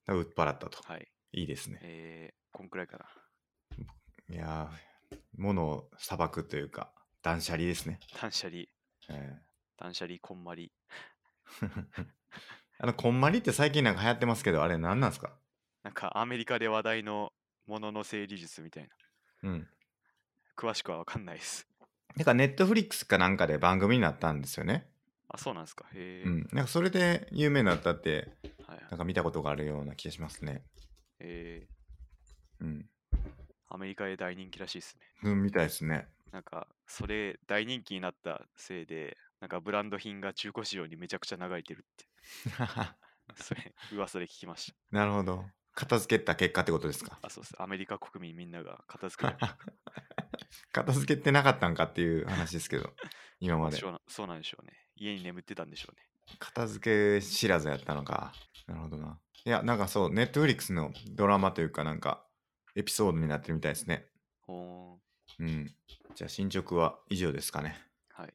Speaker 1: ら売っ払ったと。
Speaker 2: なはい
Speaker 1: いいですね。
Speaker 2: えー、こんくらいかない
Speaker 1: やー、物を裁くというか、断捨離ですね。
Speaker 2: 断捨離
Speaker 1: え
Speaker 2: 断捨離こんまり
Speaker 1: ー *laughs* あの、こんまりって最近なんか流行ってますけど、あれ何なんですか
Speaker 2: なんかアメリカで話題のものの整理術みたいな
Speaker 1: うん。
Speaker 2: 詳しくは分かんないです *laughs*
Speaker 1: なんかネットフリックスかなんかで番組になったんですよね。
Speaker 2: あそうなんですかへえ、
Speaker 1: うん。なんかそれで有名になったって、
Speaker 2: はいはい
Speaker 1: なんか見たことがあるような気がしますね。
Speaker 2: えー
Speaker 1: うん。
Speaker 2: アメリカで大人気らしいですね
Speaker 1: うん、みたいですね。 *laughs*
Speaker 2: なんかそれ大人気になったせいでなんかブランド品が中古市場にめちゃくちゃ流れてるって *laughs* それ噂で聞きまし
Speaker 1: なるほど。片付けた結果ってことですか。
Speaker 2: たあそうですアメリカ国民みんなが片付け
Speaker 1: *laughs* 片付けてなかったんかっていう話ですけど、今ま
Speaker 2: た *laughs*
Speaker 1: で。
Speaker 2: そうなそうなんでしょうね家に眠ってたんでしょうね
Speaker 1: 片付け知らずやったのかなるほどないやなんかそうネットフリックスのドラマというかなんかエピソードになってるみたいですね
Speaker 2: ほ
Speaker 1: うんじゃあ進捗は以上ですかね
Speaker 2: ーんはい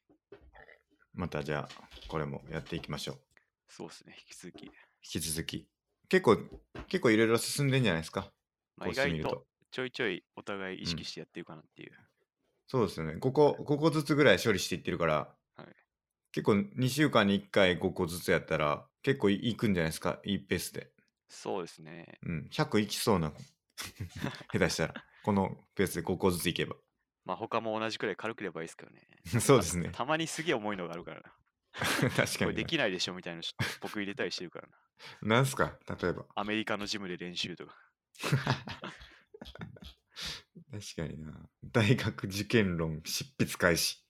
Speaker 1: またじゃあこれもやっていきましょう
Speaker 2: そうですね、引き続き。
Speaker 1: 引き続き。結構、結構いろいろ進んでんじゃないですか。
Speaker 2: まあ、
Speaker 1: こう
Speaker 2: 意
Speaker 1: してみる
Speaker 2: 外と
Speaker 1: と。
Speaker 2: ちょいちょいお互い意
Speaker 1: うん
Speaker 2: 識してやってるかなっていう。
Speaker 1: そうですよね。5個、5個ずつぐらい処理していってるから、
Speaker 2: はい
Speaker 1: 結構2週間に1回5個ずつやったら、結構いいくんじゃないですか。いいペースで。
Speaker 2: そうですね。
Speaker 1: うん。100いきそうな。 *laughs* 下手したら。このペースで5個ずついけば。 *laughs*
Speaker 2: まあ他も同じくらい軽ければいいですけどね。
Speaker 1: そうですね。
Speaker 2: たまにすげえ重いのがあるからな。
Speaker 1: 確
Speaker 2: こ
Speaker 1: か
Speaker 2: れ
Speaker 1: に
Speaker 2: で
Speaker 1: な。
Speaker 2: きないでしょみたいなのちょっと僕入れたりしてるからな。
Speaker 1: なんすか例えば。
Speaker 2: アメリカのジムで練習とか。
Speaker 1: 確かにな。大学受験論執筆開始。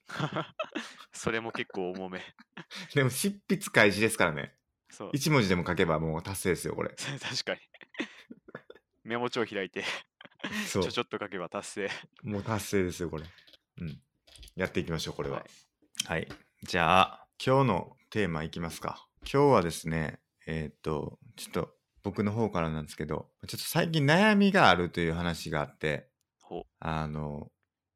Speaker 2: それも結構重め。
Speaker 1: でも執筆開始ですからね。
Speaker 2: そう。。
Speaker 1: 1文字でも書けばもう達成ですよ、これ
Speaker 2: *laughs* 確かに。メモ帳開いて、ち
Speaker 1: そ
Speaker 2: ょ
Speaker 1: う
Speaker 2: ち。ょっと書けば達成。
Speaker 1: もう達成ですよ、これ。うん。やっていきましょう、これは。
Speaker 2: は
Speaker 1: はいい。じゃあ、今日のテーマいきますか。今日はですね、えーっと、ちょっと僕の方からなんですけど、ちょっと最近悩みがあるという話があって、
Speaker 2: ほう。
Speaker 1: あの、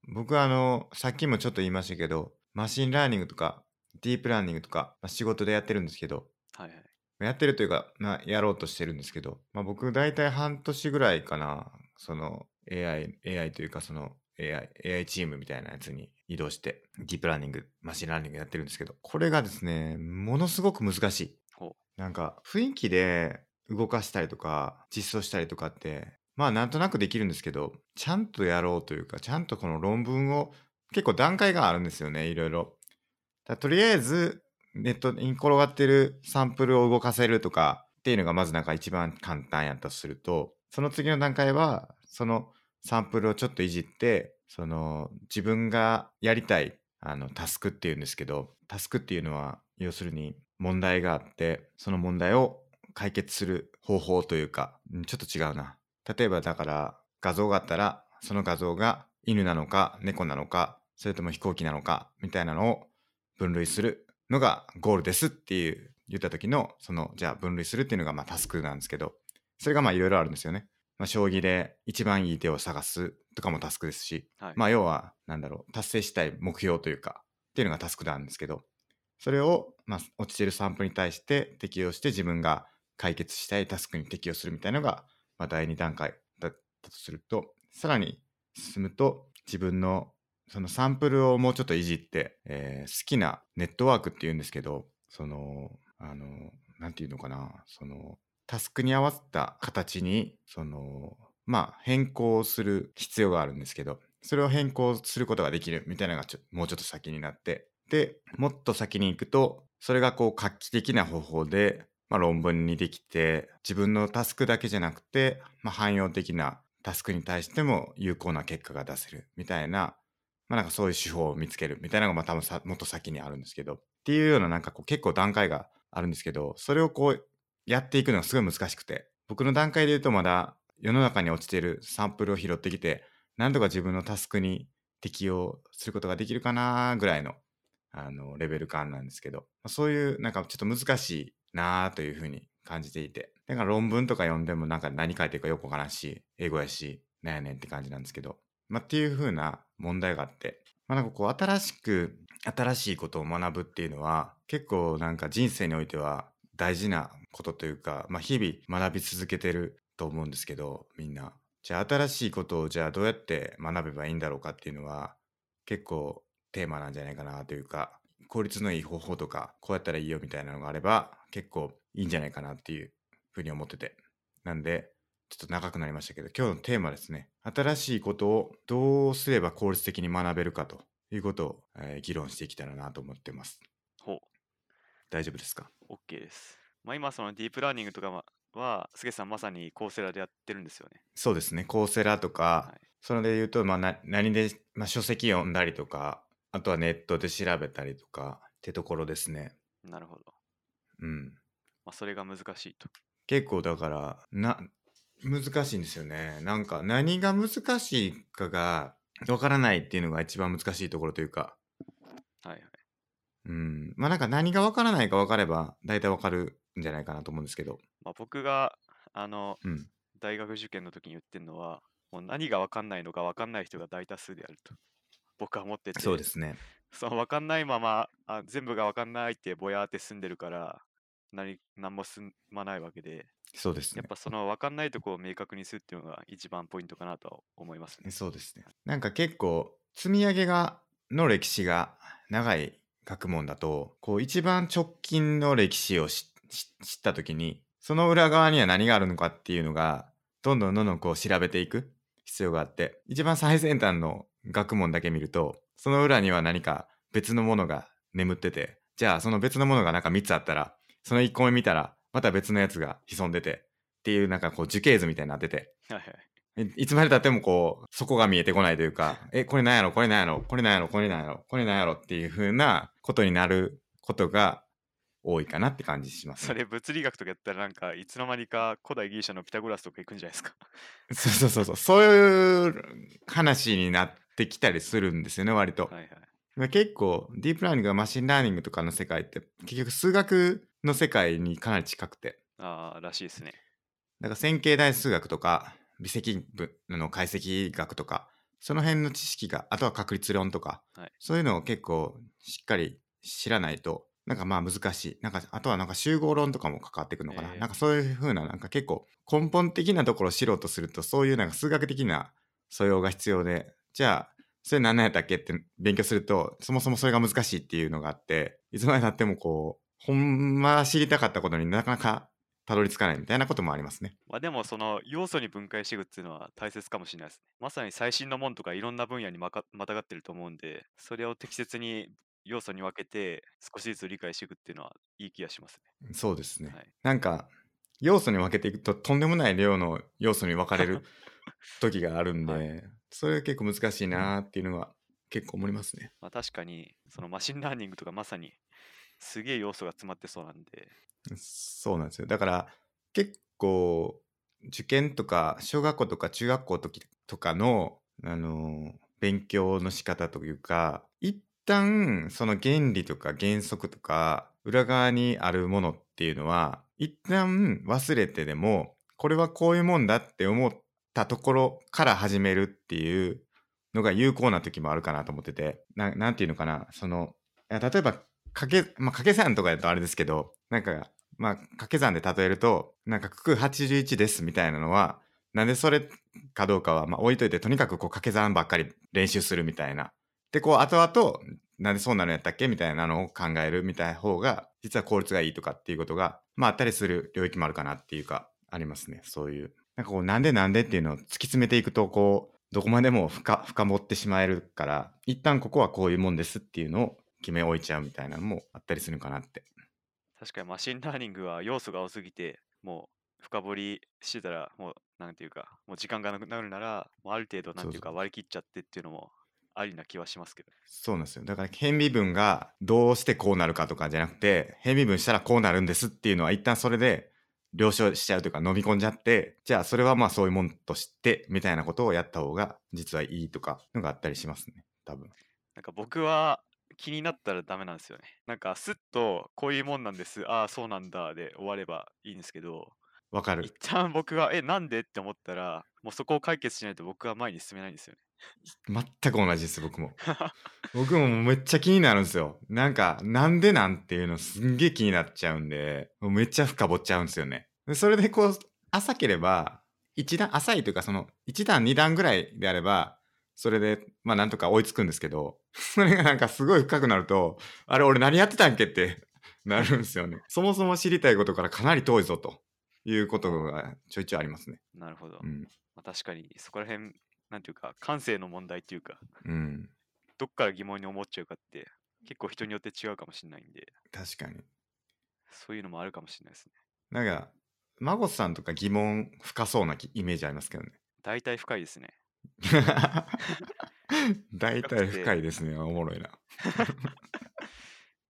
Speaker 1: 僕はあの、さっきもちょっと言いましたけど、マシンラーニングとか、ディープラーニングとか、まあ、仕事でやってるんですけど、
Speaker 2: はいはい。
Speaker 1: やってるというか、まあ、やろうとしてるんですけど、まあ、僕、大体半年ぐらいかな、その AI、AI というか、その AI、AI チームみたいなやつに移動して、ディープラーニング、マシンラーニングやってるんですけど、これがですね、ものすごく難しい
Speaker 2: ほ。
Speaker 1: なんか、雰囲気で動かしたりとか、実装したりとかって、まあ、なんとなくできるんですけど、ちゃんとやろうというか、ちゃんとこの論文を、結構段階があるんですよね、いろいろ。だとりあえず、ネットに転がってるサンプルを動かせるとかっていうのがまずなんか一番簡単やったとするとその次の段階はそのサンプルをちょっといじってその自分がやりたいあのタスクっていうんですけどタスクっていうのは要するに問題があってその問題を解決する方法というかうんちょっと違うな例えばだから画像があったらその画像が犬なのか猫なのかそれとも飛行機なのかみたいなのを分類するのがゴールですっていう言った時のそのじゃあ分類するっていうのがまあタスクなんですけどそれがまあいろいろあるんですよね。まあ、将棋で一番いい手を探すとかもタスクですし、
Speaker 2: はい
Speaker 1: まあ要はなんだろう達成したい目標というかっていうのがタスクなんですけどそれをまあ落ちてるサンプルに対して適用して自分が解決したいタスクに適用するみたいなのがまあ第2段階だったとするとさらに進むと自分のそのサンプルをもうちょっといじって、えー好きなネットワークっていうんですけどそのあのなんていうのかなそのタスクに合わせた形にそのまあ変更する必要があるんですけどそれを変更することができるみたいなのがちょもうちょっと先になってでもっと先に行くとそれがこう画期的な方法で、まあ、論文にできて自分のタスクだけじゃなくて、まあ、汎用的なタスクに対しても有効な結果が出せるみたいなまあなんかそういう手法を見つけるみたいなのがまあ多分さもっと先にあるんですけどっていうようななんかこう結構段階があるんですけどそれをこうやっていくのがすごい難しくて僕の段階で言うとまだ世の中に落ちているサンプルを拾ってきてなんとか自分のタスクに適用することができるかなぐらいのあのレベル感なんですけどまあそういうなんかちょっと難しいなあというふうに感じていてだから論文とか読んでもなんか何書いてるかよくわからんし英語やしなんやねんって感じなんですけどまあ、っていう風な問題があって、まあ、なんかこう新しく新しいことを学ぶっていうのは結構なんか人生においては大事なことというか、まあ、日々学び続けてると思うんですけどみんなじゃあ新しいことをじゃあどうやって学べばいいんだろうかっていうのは結構テーマなんじゃないかなというか効率のいい方法とかこうやったらいいよみたいなのがあれば結構いいんじゃないかなっていうふうに思っててなんでちょっと長くなりましたけど、今日のテーマですね。新しいことをどうすれば効率的に学べるかということを、えー議論していきたらなと思ってます。
Speaker 2: ほう。
Speaker 1: 大丈夫ですか
Speaker 2: OK です。まあ、今、そのディープラーニングとかはは、すげさんまさにコーセラでやってるんですよね。
Speaker 1: そうですね。コーセラとか、
Speaker 2: はい
Speaker 1: それで言うと、まあ、な何で、まあ、書籍読んだりとか、あとはネットで調べたりとかってところですね。
Speaker 2: なるほど。
Speaker 1: うん。
Speaker 2: まあ、それが難しいと。
Speaker 1: 結構だからな難しいんですよねなんか何が難しいかがわからないっていうのが一番難しいところというか
Speaker 2: はいはい。
Speaker 1: うんまあなんか何がわからないか分かれば大体わかるんじゃないかなと思うんですけど
Speaker 2: まあ、僕が、あの、
Speaker 1: うん
Speaker 2: 大学受験の時に言ってるのは、もう何が分かんないのか分かんない人が大多数であると。僕は思ってて、
Speaker 1: すね
Speaker 2: その分かんないままあ、全部が分かんないってぼやーって住んでるから、何何も進まないわけで、
Speaker 1: そうです
Speaker 2: や
Speaker 1: ね
Speaker 2: っ。ぱその分かんないところを明確にするっていうのが一番ポイントかなとは思いますね。
Speaker 1: そう *laughs* ですね。なんか結構積み上げがの歴史が長い学問だとこう一番直近の歴史をしし知った時にその裏側には何があるのかっていうのがどんどんどんどんこう調べていく必要があって一番最先端の学問だけ見るとその裏には何か別のものが眠っててじゃあその別のものがなんか3つあったらその1個目見たらまた別のやつが潜んでてっていうなんかこう樹形図みたいになってて
Speaker 2: はいはい。
Speaker 1: えいつまでたってもこう、底が見えてこないというか、え、これなんやろ、これなんやろ、これなんやろ、これなんやろ、これなんやろっていう風なことになることが多いかなって感じします、
Speaker 2: そ
Speaker 1: ね。
Speaker 2: れ物理学とかやったらなんかいつの間にか古代ギリシャのピタゴラスとか行くんじゃないですか。
Speaker 1: そうそうそうそう。そういう話になってきたりするんですよね、割と。
Speaker 2: はいはい。
Speaker 1: まあ結構、ディープラーニングやマシンラーニングとかの世界って、結局数学の世界にかなり近くて、
Speaker 2: ああ、らしいですね。
Speaker 1: だから線形代数学とか微積分の解析学とかその辺の知識があとは確率論とか、
Speaker 2: はい
Speaker 1: そういうのを結構しっかり知らないとなんかまあ難しいなんかあとはなんか集合論とかも関わってくるのかな、
Speaker 2: えー
Speaker 1: なんかそういう風ななんか結構根本的なところを知ろうとするとそういうなんか数学的な素養が必要でじゃあそれ何なんやったっけって勉強するとそもそもそれが難しいっていうのがあっていつまでたってもこうほんまは知りたかったことになかなかたどり着かないみたいなこともありますね。
Speaker 2: まあでもその要素に分解していくっていうのは大切かもしれないですね。まさに最新のもんとかいろんな分野にまかまたがってると思うんで、それを適切に要素に分けて少しずつ理解していくっていうのはいい気がします
Speaker 1: そうですね。
Speaker 2: ね。はい、
Speaker 1: なんか、要素に分けていくと、とんでもない量の要素に分かれ
Speaker 2: *laughs*
Speaker 1: る時があるんで、
Speaker 2: は
Speaker 1: それ結構難しいなーっていうのは結構思いますね。
Speaker 2: まあ確かにそのマシンラーニングとかまさにすげえ要素が詰まってそうなんで、
Speaker 1: そうなんですよ。だから、結構、受験とか、小学校とか中学校ときとかの、あのー勉強の仕方というか、一旦、その原理とか原則とか、裏側にあるものっていうのは、一旦忘れてでも、これはこういうもんだって思ったところから始めるっていうのが有効な時もあるかなと思ってて、ななんていうのかな、その、いや例えば、掛け、まあ、掛け算とかだとあれですけど、なんか、まあ、掛け算で例えると、なんか、九九81ですみたいなのは、なんでそれかどうかは、まあ、置いといて、とにかくこう掛け算ばっかり練習するみたいな。で、こう、後々、なんでそうなのやったっけみたいなのを考えるみたいな方が、実は効率がいいとかっていうことが、まあ、あったりする領域もあるかなっていうか、ありますね。そういう。なんかこう、なんでなんでっていうのを突き詰めていくと、こう、どこまでも深深掘ってしまえるから、一旦ここはこういうもんですっていうのを決め置いちゃうみたいなのもあったりするかなって。
Speaker 2: 確かにマシンラーニングは要素が多すぎて、もう深掘りしてたら、もうなんていうか、もう時間がなくなるなら、もうある程度なんていう
Speaker 1: そう
Speaker 2: か割り切っちゃってっていうのもありな気はしますけど。
Speaker 1: そうなんですよ。だから、変微分がどうしてこうなるかとかじゃなくて、変微分したらこうなるんですっていうのは、一旦それで了承しちゃうというか、飲み込んじゃって、じゃあそれはまあそういうもんとして、みたいなことをやった方が、実はいいとか、のがあったりしますね。多分。
Speaker 2: なんか僕は気になったらダメなんですよね。なんかスッとこういうもんなんです、ああそうなんだで終わればいいんですけど、 *laughs*
Speaker 1: わか
Speaker 2: 一
Speaker 1: る。
Speaker 2: 旦僕がえ、なんでって思ったら、もうそこを解決しないと僕は前に進めないんですよね。
Speaker 1: 全く同じです、僕も。僕もめっちゃ気になるんですよ。なんか、なんでなんていうのすんげえ気になっちゃうんで、もうめっちゃ深掘っちゃうんですよね。でそれでこう、浅ければ、一段、浅いというかその、一段二段ぐらいであれば、それで、まあなんとか追いつくんですけど、それがなんかすごい深くなると、あれ俺何やってたんけって *laughs* なるんですよね。そもそも知りたいことからかなり遠いぞということがちょいちょいありますね。
Speaker 2: なるほど。
Speaker 1: うん。
Speaker 2: まあ、確かにそこら辺、なんていうか、感性の問題っていうか、
Speaker 1: うん。
Speaker 2: どっから疑問に思っちゃうかって、結構人によって違うかもしれないんで、
Speaker 1: 確かに。
Speaker 2: そういうのもあるかもしれないですね。
Speaker 1: なんか、マゴさんとか疑問深そうなきイメージありますけどね。
Speaker 2: 大体深いですね。
Speaker 1: 大体深いですね。おもろいな。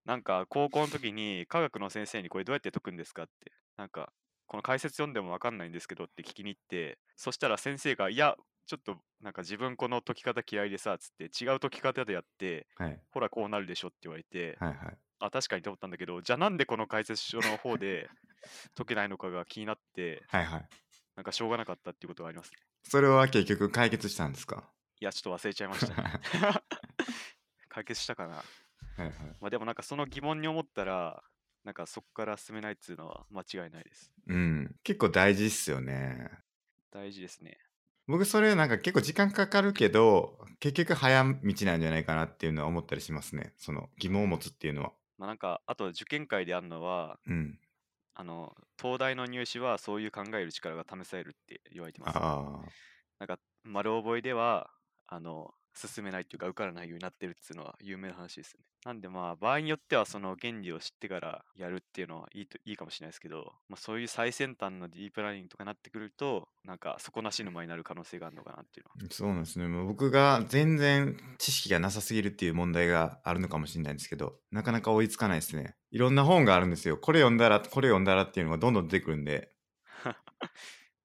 Speaker 2: なんか高校の時に科学の先生にこれどうやって解くんですかってなんかこの解説読んでも分かんないんですけどって聞きに行ってそしたら先生がいやちょっとなんか自分この解き方嫌いでさつって違う解き方でやって
Speaker 1: はい。
Speaker 2: ほらこうなるでしょって言われて
Speaker 1: はいはい。
Speaker 2: あ確かにと思ったんだけどじゃあなんでこの解説書の方で解けないのかが気になって
Speaker 1: はいはい。
Speaker 2: なんかしょうがなかったっていうことがありますね
Speaker 1: それは結局解決したんですか *laughs*
Speaker 2: いやちょっと忘れちゃいまし
Speaker 1: は
Speaker 2: た *laughs*
Speaker 1: い
Speaker 2: ね解決したかな
Speaker 1: はい。
Speaker 2: まあでもなんかその疑問に思ったらなんかそこから進めないっていうのは間違いないです。
Speaker 1: うん。結構大事っすよね。
Speaker 2: 大事ですね。
Speaker 1: 僕それなんか結構時間かかるけど、結局早道なんじゃないかなっていうのは思ったりしますね。その疑問を持つっていうのは。
Speaker 2: まあ、なんかあと受験会であるのは
Speaker 1: うん。
Speaker 2: あの東大の入試はそういう考える力が試されるって言われてます。
Speaker 1: ああ。
Speaker 2: なんか丸覚えではあの進めないというか受からないようになってるっていうのは有名な話ですね。なんでまあ場合によってはその原理を知ってからやるっていうのはいいといいかもしれないですけど、まあ、そういう最先端のディープラーニングとかになってくるとなんか底なし沼になる可能性があるのかなっていうのは。
Speaker 1: そうなんですね。もう僕が全然知識がなさすぎるっていう問題があるのかもしれないんですけど、なかなか追いつかないですね。いろんな本があるんですよ。これ読んだら、これ読んだらっていうのがどんどん出てくるんで。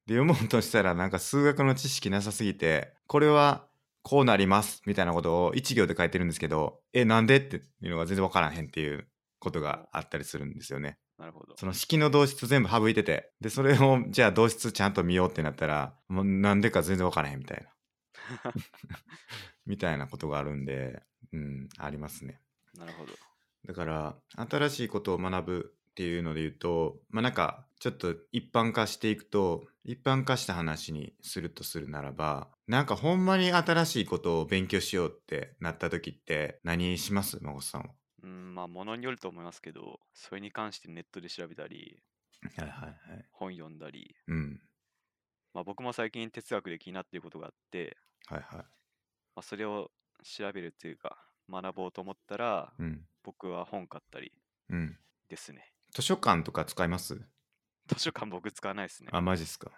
Speaker 1: で、読もうとしたら、なんか数学の知識なさすぎて、これはこうなりますみたいなことを1行で書いてるんですけど、え、なんでっていうのが全然わからへんっていうことがあったりするんですよね。
Speaker 2: なるほど。
Speaker 1: その式の動質全部省いてて、で、それを、じゃあ動質ちゃんと見ようってなったら、もうなんでか全然わからへんみたいな。 *laughs* みたいなことがあるんで、うん、ありますね。
Speaker 2: なるほど。
Speaker 1: だから、新しいことを学ぶっていうので言うと、まあなんか、ちょっと一般化していくと、一般化した話にするとするならば、なんかほんまに新しいことを勉強しようってなった時って、何します孫さんは。
Speaker 2: うんまあものによると思いますけどそれに関してネットで調べたり
Speaker 1: はいはいはい。
Speaker 2: 本読んだり、
Speaker 1: うん。
Speaker 2: まあ、僕も最近哲学で気になっていることがあって、
Speaker 1: はいはい。
Speaker 2: まあ、それを調べるというか学ぼうと思ったら
Speaker 1: うん。
Speaker 2: 僕は本買ったり
Speaker 1: うん。
Speaker 2: ですね *laughs*
Speaker 1: 図書館とか使います
Speaker 2: 図書館僕使わないですね
Speaker 1: あ、マジっすか。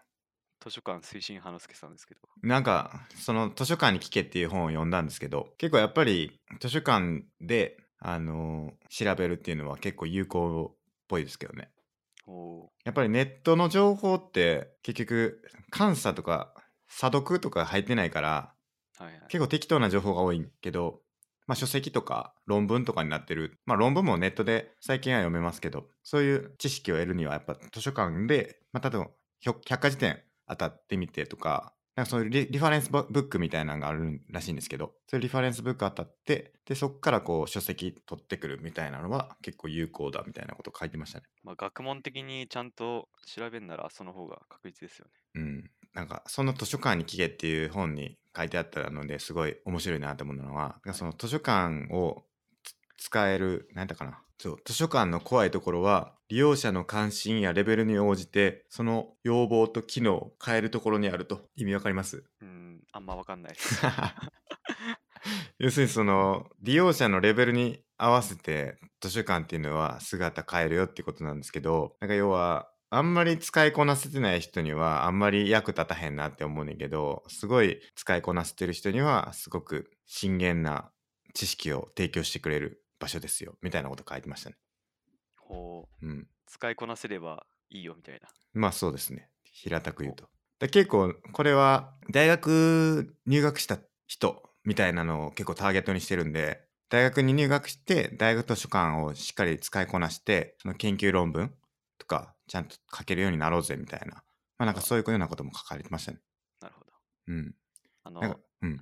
Speaker 2: 図書館推進派の助さんですけど
Speaker 1: なんか、その図書館に聞けっていう本を読んだんですけど、結構やっぱり図書館で、あのー調べるっていうのは結構有効っぽいですけどね。
Speaker 2: お
Speaker 1: やっぱりネットの情報って結局、監査とか、査読とか入ってないから、
Speaker 2: ーはいはい
Speaker 1: 結構適当な情報が多いけど、まあ書籍とか論文とかになってる。まあ論文もネットで最近は読めますけど、そういう知識を得るにはやっぱ図書館で、まあ例えばひょ百科事典当たってみてとか、なんかそういうリリファレンスブブックみたいなのがあるらしいんですけど、そういうリファレンスブック当たって、で、そっからこう書籍取ってくるみたいなのは結構有効だみたいなこと書いてましたね。
Speaker 2: まあ、学問的にちゃんと調べるならその方が確実ですよね
Speaker 1: うん、なんかその図書館に聞けっていう本に書いてあったのですごい面白いなと思うのは、
Speaker 2: はい
Speaker 1: その図書館をつ使える何だかなそう図書館の怖いところは利用者の関心やレベルに応じてその要望と機能を変えるところにあると意味わかります
Speaker 2: うんあんま分かんないです
Speaker 1: *laughs* 要するにその利用者のレベルに合わせて図書館っていうのは姿変えるよってことなんですけどなんか要はあんまり使いこなせてない人にはあんまり役立たへんなって思うねんけどすごい使いこなせてる人にはすごく真剣な知識を提供してくれる場所ですよみたいなこと書いてましたね。
Speaker 2: おー
Speaker 1: うん、
Speaker 2: 使いこなせればいいよみたいな
Speaker 1: まあそうですね。平たく言うと。だ結構これは大学入学した人みたいなのを結構ターゲットにしてるんで大学に入学して大学図書館をしっかり使いこなしてその研究論文とかちゃんと書けるようになろうぜみたいなまあなんかそういうようなことも書かれてましたね。
Speaker 2: なるほど
Speaker 1: うん。
Speaker 2: あ
Speaker 1: なんか
Speaker 2: の
Speaker 1: うん。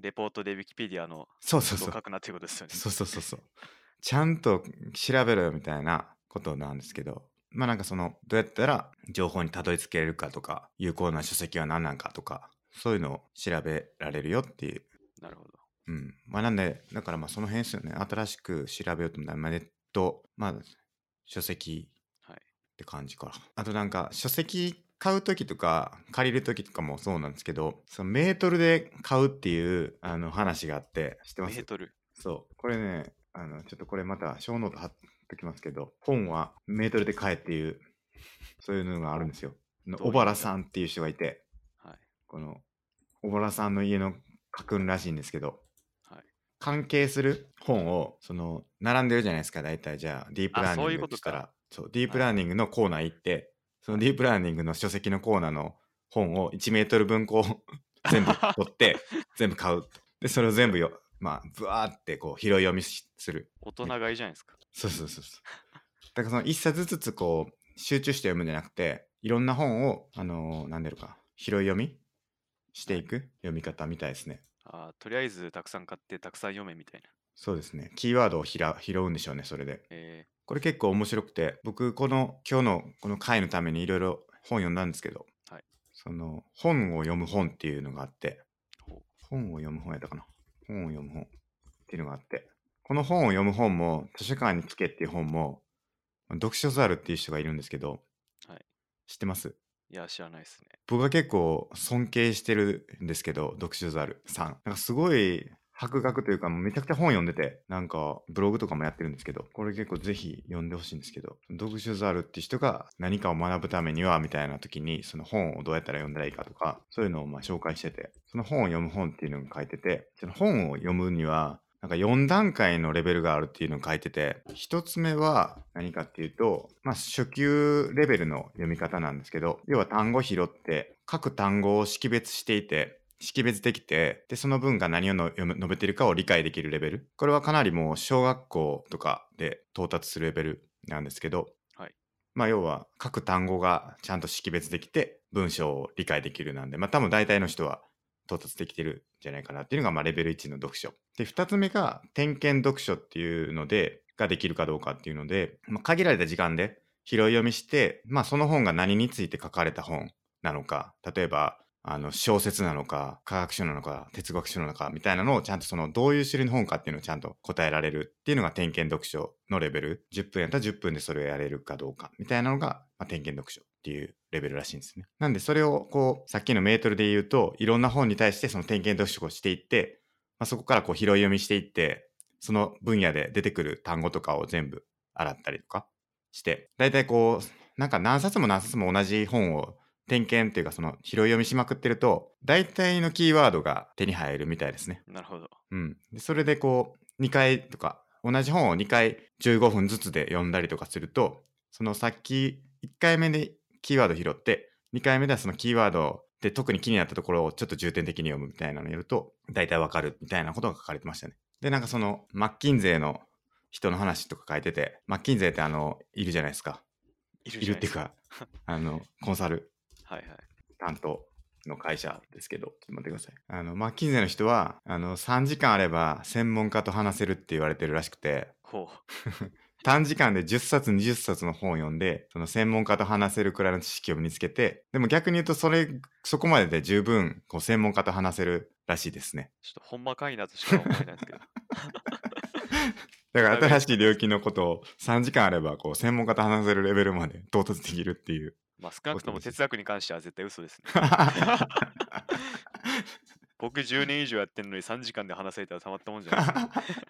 Speaker 2: レポートで Wikipedia の
Speaker 1: そう
Speaker 2: こ
Speaker 1: そうそ
Speaker 2: とを
Speaker 1: う
Speaker 2: 書。くなっていうことですよ
Speaker 1: *laughs*
Speaker 2: ね
Speaker 1: そうそうそうそう。ちゃんと調べろよみたいなことなんですけど、まあなんかその、どうやったら情報にたどり着けるかとか、有効な書籍は何なんかとか、そういうのを調べられるよっていう。
Speaker 2: なるほど
Speaker 1: うん。まあなんで、だからまあその辺ですよね。新しく調べようと思ったら、まあ、ネット、まあ書籍
Speaker 2: はい
Speaker 1: って感じかな。あとなんか書籍買う時とか借りる時とかもそうなんですけど、そのメートルで買うっていうあの話があって、知ってま
Speaker 2: メ
Speaker 1: す
Speaker 2: ートル
Speaker 1: そう。これね、あの、ちょっとこれまた、小ノート貼っときますけど、本はメートルで買えっていう、そういうのがあるんですよ。の
Speaker 2: どういう
Speaker 1: 小原さんっていう人がいて、
Speaker 2: はい
Speaker 1: この、小原さんの家の家訓らしいんですけど、
Speaker 2: はい
Speaker 1: 関係する本を、その、並んでるじゃないですか、大体じゃあ、ディープラー
Speaker 2: あそう
Speaker 1: ニ
Speaker 2: い
Speaker 1: ン
Speaker 2: う
Speaker 1: グっ
Speaker 2: こ
Speaker 1: て
Speaker 2: と
Speaker 1: したら、
Speaker 2: か
Speaker 1: そう、ディープラーニングのコーナー行って、そのディープラーニングの書籍のコーナーの本を1メートル分こ
Speaker 2: *laughs*
Speaker 1: う、全部取って、全部買う。で、それを全部よ、まあ、ぶわーってこう、拾い読みしする。
Speaker 2: 大人買いじゃないですか
Speaker 1: そうそうそうそう。だからその一冊ずつこう、集中して読むんじゃなくて、いろんな本を、あのー、なんでるか、拾い読みしていく読み方みたいですね。
Speaker 2: あーとりあえずたくさん買ってたくさん読めみたいな。
Speaker 1: そうですね。キーワードをひら拾うんでしょうね、それで。
Speaker 2: え
Speaker 1: これ結構面白くて僕この今日のこの回のためにいろいろ本読んだんですけど、
Speaker 2: はい
Speaker 1: その本を読む本っていうのがあって
Speaker 2: ほう
Speaker 1: 本を読む本やったかな本を読む本っていうのがあってこの本を読む本も図書館につけっていう本も読書ザルっていう人がいるんですけど、
Speaker 2: はい
Speaker 1: 知ってます
Speaker 2: いや、知らないですね。
Speaker 1: 僕は結構尊敬してるんですけど読書ザルさんなんかすごい博学というかもうめちゃくちゃ本読んでてなんかブログとかもやってるんですけどこれ結構ぜひ読んでほしいんですけど読書ザルって人が何かを学ぶためにはみたいな時にその本をどうやったら読んだらいいかとかそういうのをまあ紹介しててその本を読む本っていうのが書いててその本を読むにはなんか4段階のレベルがあるっていうのを書いてて1つ目は何かっていうと、まあ、初級レベルの読み方なんですけど要は単語拾って各単語を識別していて識別できてでその文が何をの読む述べてるかを理解できるレベルこれはかなりもう小学校とかで到達するレベルなんですけど、
Speaker 2: はい
Speaker 1: まあ、要は各単語がちゃんと識別できて文章を理解できるなんで、まあ、多分大体の人は到達できてるんじゃないかなっていうのが、まあ、レベル1の読書。で、2つ目が、点検読書っていうので、ができるかどうかっていうので、まあ、限られた時間で拾い読みして、まあ、その本が何について書かれた本なのか、例えば、あの、小説なのか、科学書なのか、哲学書なのか、みたいなのをちゃんとその、どういう種類の本かっていうのをちゃんと答えられるっていうのが点検読書のレベル。10分やったら10分でそれをやれるかどうか、みたいなのが、まあ、点検読書っていうレベルらしいんですね。なんで、それをこう、さっきのメートルで言うと、いろんな本に対してその点検読書をしていって、まあ、そこからこう、拾い読みしていって、その分野で出てくる単語とかを全部洗ったりとかして、だいたいこう、なんか何冊も何冊も同じ本を点検っていうかその拾い読みしまくってると大体のキーワードが手に入るみたいですね。
Speaker 2: なるほど。
Speaker 1: うん、でそれでこう2回とか同じ本を2回15分ずつで読んだりとかするとそのさっき1回目でキーワード拾って2回目ではそのキーワードで特に気になったところをちょっと重点的に読むみたいなのやると大体わかるみたいなことが書かれてましたね。でなんかそのマッキンゼーの人の話とか書いててマッキンゼーってあのいるじゃないですか
Speaker 2: いる
Speaker 1: いるっていう
Speaker 2: じゃな
Speaker 1: かあのコンサル
Speaker 2: ですか。はいはい。
Speaker 1: 担当の会社ですけど、ちょっと待ってください。あの、マッキンゼの人は、あの、3時間あれば専門家と話せるって言われてるらしくて、
Speaker 2: こ
Speaker 1: 短時間で10冊、20冊の本を読んで、その専門家と話せるくらいの知識を身につけて、でも逆に言うと、それ、そこまでで十分、こう、専門家と話せるらしいですね。
Speaker 2: う、ちょっとほんまかいなとしか思えないん *laughs* ですけど。
Speaker 1: だから新しい領域のことを3時間あれば、こう、専門家と話せるレベルまで到達できるっていう。
Speaker 2: まあ少なくとも哲学に関しては絶対嘘ですね。 *laughs* 僕10年以上やってんのに3時間で話せたらたまったもんじゃない *laughs* ですね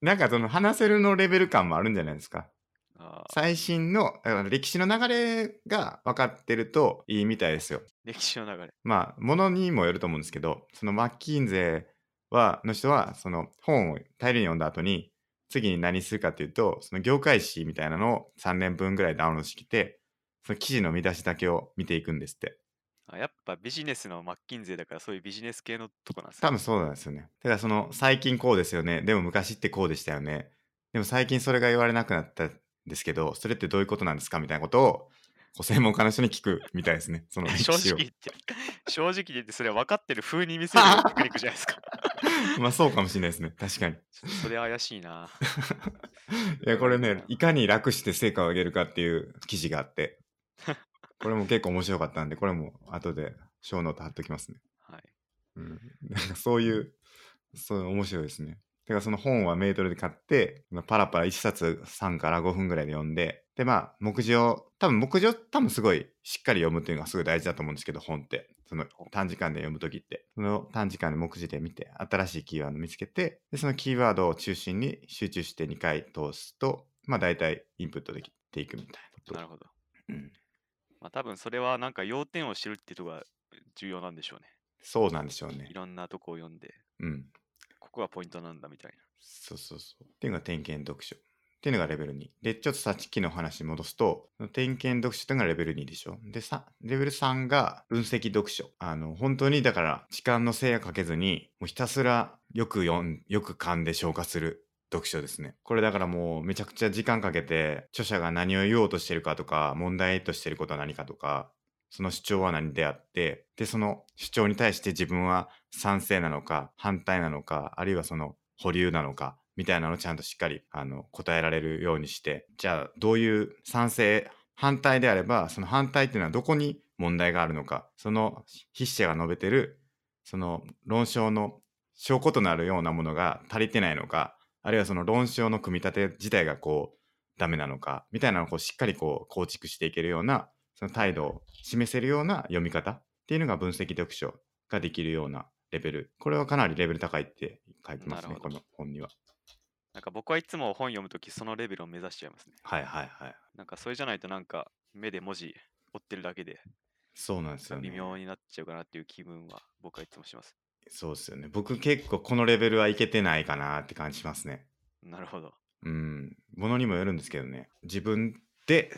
Speaker 1: なんかその話せるのレベル感もあるんじゃないですか
Speaker 2: あー
Speaker 1: 最新のだから歴史の流れが分かってるといいみたいですよ。
Speaker 2: 歴史の流れ。
Speaker 1: まあ、ものにもよると思うんですけど、そのマッキンゼーは、の人は、その本を大量に読んだ後に、次に何するかっていうと、その業界誌みたいなのを3年分ぐらいダウンロードしてきて、その記事の見出しだけを見ていくんですって。
Speaker 2: あやっぱビジネスのマッキンゼーだからそういうビジネス系のとこなんです
Speaker 1: 多
Speaker 2: か
Speaker 1: 分そうなんですよね。ただその最近こうですよね。でも昔ってこうでしたよね。でも最近それが言われなくなったんですけど、それってどういうことなんですかみたいなことを、こう専門家の人に聞くみたいです
Speaker 2: *laughs*
Speaker 1: ね。その歴
Speaker 2: 正
Speaker 1: 史
Speaker 2: 直
Speaker 1: を
Speaker 2: 言。って、 *laughs* 正直言ってそれは分かってる風に見せるテクニックじゃないですか。
Speaker 1: まあそうかもしれないですね。確かに。
Speaker 2: ちょっとそれ怪しいな。
Speaker 1: いや、これね、いかに楽して成果を上げるかっていう記事があって、これも結構面白かったんで、これも後で小ノート貼っときますね。
Speaker 2: *laughs* はい、
Speaker 1: うん、 *laughs* なんかそういう、そう面白いですね。てかその本はメートルで買って、まあパラパラ1冊3から5分ぐらいで読んで、でまあ、目次を、多分目次を多分すごいしっかり読むっていうのがすごい大事だと思うんですけど、本って。その短時間で読むときって。その短時間で目次で見て、新しいキーワード見つけて、でそのキーワードを中心に集中して2回通すと、まあ大体インプットできていくみたいな
Speaker 2: な
Speaker 1: こ
Speaker 2: るほど。
Speaker 1: と。うん
Speaker 2: まあ多分それはなんか要点を知るっていうとこが重要なんでしょうね。
Speaker 1: そうなんでしょうね
Speaker 2: い。ろんなとこを読んで、
Speaker 1: うん。
Speaker 2: ここがポイントなんだみたいな。
Speaker 1: そうそうそう。っていうのが点検読書。っていうのがレベル2。で、ちょっとさっきの話に戻すと、点検読書っていうのがレベル2でしょ。で、さレベル3が分析読書。あの、本当にだから時間の制約かけずに、もうひたすらよく読ん、よく噛んで消化する。読書ですねこれだからもうめちゃくちゃ時間かけて著者が何を言おうとしてるかとか問題としてることは何かとかその主張は何であって、で、その主張に対して自分は賛成なのか、反対なのか、あるいはその保留なのか、みたいなのをちゃんとしっかりあの答えられるようにしてじゃあどういう賛成反対であればその反対っていうのはどこに問題があるのかその筆者が述べてるその論証の証拠となるようなものが足りてないのかあるいはその論証の組み立て自体がこうダメなのかみたいなのをこうしっかりこう構築していけるようなその態度を示せるような読み方っていうのが分析読書ができるようなレベルこれはかなりレベル高いって書いてます
Speaker 2: な
Speaker 1: ね
Speaker 2: る
Speaker 1: こ
Speaker 2: ほど
Speaker 1: の本には
Speaker 2: なんか僕はいつも本読むときそのレベルを目指しちゃいますね。
Speaker 1: はいはいはい
Speaker 2: なんかそれじゃないとなんか目で文字追ってるだけで
Speaker 1: そうなんですよね
Speaker 2: 微妙になっちゃうかなっていう気分は僕はいつもします。
Speaker 1: そうですよね僕結構このレベルはいけてないかなって感じしますね
Speaker 2: なるほど。
Speaker 1: うんものにもよるんですけどね自分で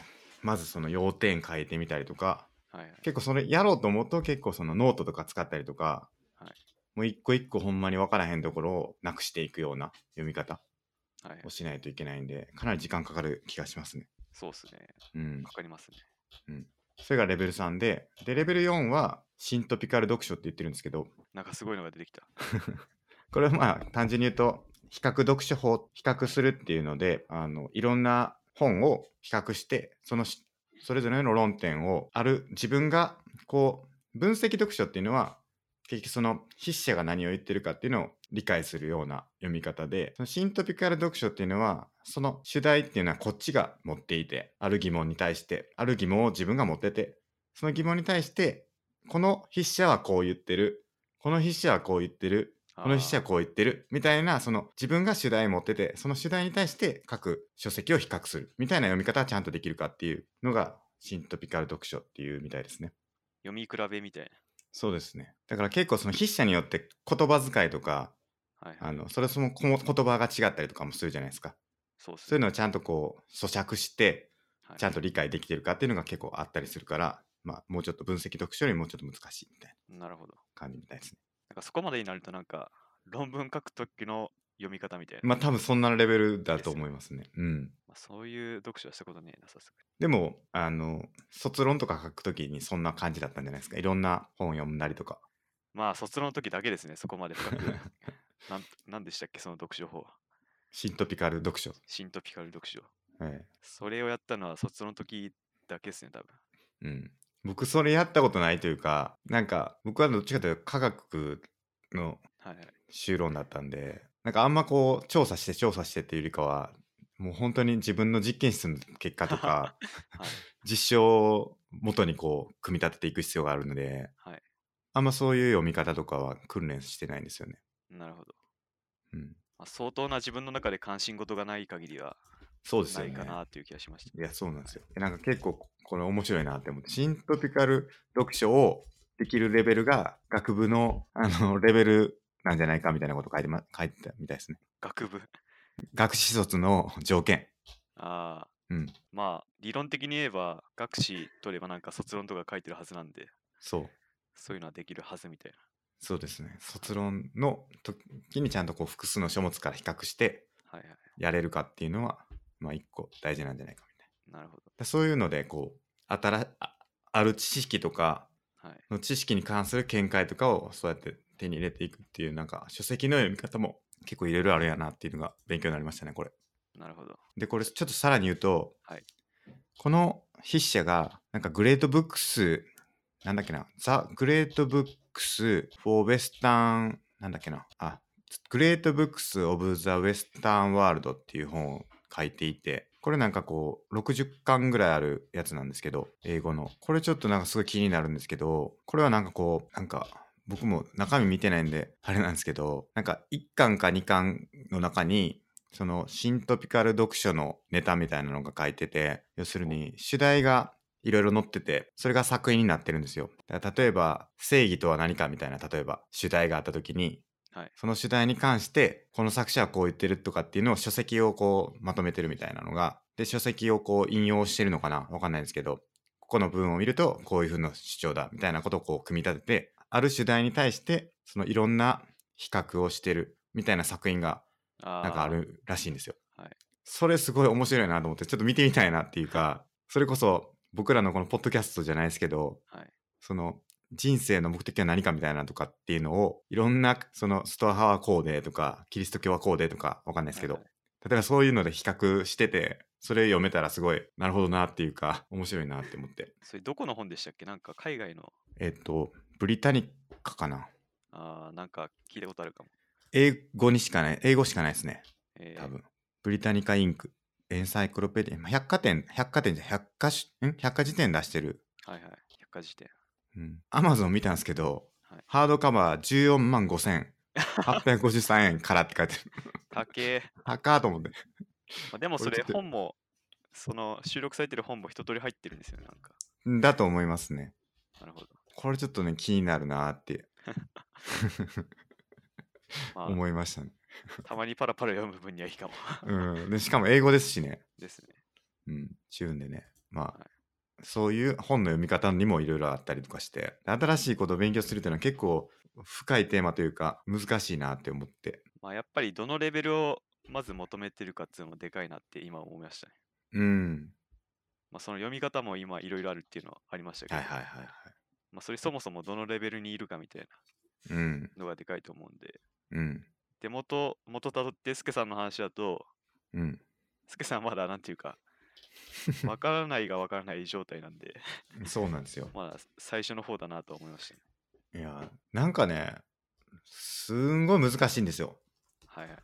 Speaker 1: まずその要点変えてみたりとか
Speaker 2: はいはい。
Speaker 1: 結構それやろうと思うと結構そのノートとか使ったりとか、
Speaker 2: はい
Speaker 1: もう一個一個ほんまに分からへんところをなくしていくような読み方
Speaker 2: はい
Speaker 1: を、しないといけないんでかなり時間かかる気がしますね。
Speaker 2: そうですね。
Speaker 1: うん、
Speaker 2: かかりますね。
Speaker 1: それがレベル3ででレベル4は新トピカル読書って言ってるんですけど
Speaker 2: なんかすごいのが出てきた。
Speaker 1: これはまあ単純に言うと比較読書法比較するっていうのであのいろんな本を比較してそのしそれぞれの論点をある自分がこう分析読書っていうのは結局その筆者が何を言ってるかっていうのを理解するような読み方でそのシントピカル読書っていうのはその主題っていうのはこっちが持っていてある疑問に対してある疑問を自分が持っててその疑問に対してこの筆者はこう言ってるこの筆者はこう言ってるこの筆者は
Speaker 2: あー
Speaker 1: こう言ってるみたいなその自分が主題持っててその主題に対して各書籍を比較するみたいな読み方はちゃんとできるかっていうのがシントピカル読書っていうみたいですね。
Speaker 2: 読み比べみたい
Speaker 1: そうですね。だから結構その筆者によって言葉遣いとか
Speaker 2: な。はい、は
Speaker 1: あ
Speaker 2: い。
Speaker 1: のそれそのこも言葉が違ったりとかもするじゃないですか。
Speaker 2: そうです
Speaker 1: そういう
Speaker 2: ね。
Speaker 1: のをちゃんとこう咀嚼して
Speaker 2: はい
Speaker 1: ちゃんと理解できてるかっていうのが結構あったりするから、まあ、もうちょっと分析読書よりもうちょっと難しいみたいな
Speaker 2: なるほど。
Speaker 1: 感じみたいですね。
Speaker 2: なんかそこまでになるとなんか論文書くときの読み方みたいな。ま
Speaker 1: まあ多分そんなレベルだと思いますね。うん。
Speaker 2: あ、そういう読書はしたことねえな、さすが
Speaker 1: でもあの卒論とか書くときにそんな感じだったんじゃないですかいろんな本読んだりとか
Speaker 2: に。まあ卒論の時だけですね、そこまで
Speaker 1: *laughs*
Speaker 2: 深く。なんなんでしたっけ、その読書法は。
Speaker 1: シントピカル読書、
Speaker 2: シントピカル読書。
Speaker 1: え
Speaker 2: それをやったのは卒論の時だけですね、多分。
Speaker 1: えうん、僕それやったことないというかなんか僕はどっちかというと科学の
Speaker 2: はいはい。
Speaker 1: 修論だったんでなんかあんまこう調査して調査してっていうよりかはもう本当に自分の実験室の結果とか、
Speaker 2: *laughs* はい
Speaker 1: 実証を元にこう組み立てていく必要があるので、
Speaker 2: はい
Speaker 1: あんまそういう読み方とかは訓練してないんですよね。
Speaker 2: なるほど。
Speaker 1: うん、
Speaker 2: まあ、相当な自分の中で関心事がない限りは
Speaker 1: そうです
Speaker 2: な
Speaker 1: よ
Speaker 2: い
Speaker 1: ね。
Speaker 2: かなという気がしました。
Speaker 1: いや、そうなんですよ。なんか結構これ面白いなって思って、シントピカル読書をできるレベルが学部のあのレベルなんじゃないかみたいなこと書いて,、ま、書いてたみたいですね。
Speaker 2: 学部。 *laughs*
Speaker 1: 学士卒の条件。
Speaker 2: ああ。
Speaker 1: うん
Speaker 2: まあ、理論的に言えば、学士取ればなんか卒論とか書いてるはずなんで、
Speaker 1: そう。
Speaker 2: そういうのはできるはずみたい
Speaker 1: そうですね。卒論の時にちゃんとこう複数の書物から比較して
Speaker 2: な。はいはい。
Speaker 1: やれるかっていうのは、まあ一個大事なんじゃないかみたい
Speaker 2: なるほど。
Speaker 1: な。そういうので、こう、あたらあある知識とか、
Speaker 2: はい。
Speaker 1: の知識に関する見解とかをそうやって手に入れていくっていうなんか書籍の読み方も結構いろいろあるやなっていうのが勉強になりましたねこれ。
Speaker 2: なるほど。
Speaker 1: でこれちょっとさらに言うと、
Speaker 2: はい
Speaker 1: この筆者がなんかグレートブックスなんだっけなザ・グレートブックス・フォー・ウェスタンなんだっけなあグレートブックス・オブ・ザ・ウェスタン・ワールドっていう本を書いていてこれなんかこう60巻ぐらいあるやつなんですけど英語のこれちょっとなんかすごい気になるんですけどこれはなんかこうなんか僕も中身見てないんであれなんですけどなんか1巻か2巻の中にそのシントピカル読書のネタみたいなのが書いてて要するに主題がいろいろ載っててそれが作品になってるんですよだから例えば正義とは何かみたいな例えば主題があった時に、
Speaker 2: はい
Speaker 1: その主題に関してこの作者はこう言ってるとかっていうのを書籍をこうまとめてるみたいなのがで書籍をこう引用してるのかなわかんないですけどここの部分を見るとこういう風な主張だみたいなことをこう組み立ててある主題に対してそのいろんな比較をしてるみたいな作品が
Speaker 2: あ
Speaker 1: なんかあ
Speaker 2: ー。
Speaker 1: るらしいんですよ。
Speaker 2: はい
Speaker 1: それすごい面白いなと思ってちょっと見てみたいなっていうかそれこそ僕らのこのポッドキャストじゃないですけど、
Speaker 2: はい
Speaker 1: その人生の目的は何かみたいなとかっていうのをいろんなそのストア派はこうでとかキリスト教はこうでとかわかんないですけど、
Speaker 2: はい
Speaker 1: 例えばそういうので比較しててそれ読めたらすごいなるほどなっていうか面白いなって思って
Speaker 2: それどこの本でしたっけなんか海外の、
Speaker 1: えっとブリタニカかな
Speaker 2: あーなんか聞いたことあるかも。
Speaker 1: 英語にしかない英語しかないですね
Speaker 2: えー
Speaker 1: 多分、ブリタニカインクエンサイクロペディアまあ百貨店百貨店じゃ百科しん百科事典出してる
Speaker 2: はいはい。百科事典。
Speaker 1: アマゾン見たんですけど、
Speaker 2: はい
Speaker 1: ハードカバー14万5853円からって書いてある
Speaker 2: 高え。
Speaker 1: 高ーと思って
Speaker 2: まあ、
Speaker 1: *laughs*
Speaker 2: でも
Speaker 1: こ
Speaker 2: そ
Speaker 1: れちょ
Speaker 2: れ
Speaker 1: っと
Speaker 2: 本も、その収録されてる本も一通り入ってるんですよね。なんか。
Speaker 1: だと思いますね
Speaker 2: なるほど。
Speaker 1: これちょっとね気になるなーって
Speaker 2: まあ、
Speaker 1: 思いま
Speaker 2: *laughs*
Speaker 1: したね、
Speaker 2: たまにパラパラ読む分にはいいかも。
Speaker 1: うん、でしかも英語ですしね、
Speaker 2: *laughs* ですね。
Speaker 1: うん、チューンでねまあ、
Speaker 2: はい
Speaker 1: そういう本の読み方にもいろいろあったりとかして新しいことを勉強するっていうのは結構深いテーマというか難しいなって思って
Speaker 2: まあ、やっぱりどのレベルをまず求めてるかっていうのもでかいなって今思いましたね。
Speaker 1: うん
Speaker 2: まあ、その読み方も今いろいろあるっていうのはありましたけど、
Speaker 1: はいはいはいはい
Speaker 2: まあ、それそもそもどのレベルにいるかみたいな
Speaker 1: うん
Speaker 2: のがでかいと思うんで。
Speaker 1: うん
Speaker 2: で、元、元たどってスケさんの話だと、
Speaker 1: うん
Speaker 2: スケさんまだなんていうか、わからないがわからない状態なんで、 *laughs*
Speaker 1: そうなんですよ
Speaker 2: まだ最初の方だなと思いましたね。
Speaker 1: いやーなんかねすんごい難しいんですよ
Speaker 2: はいはい。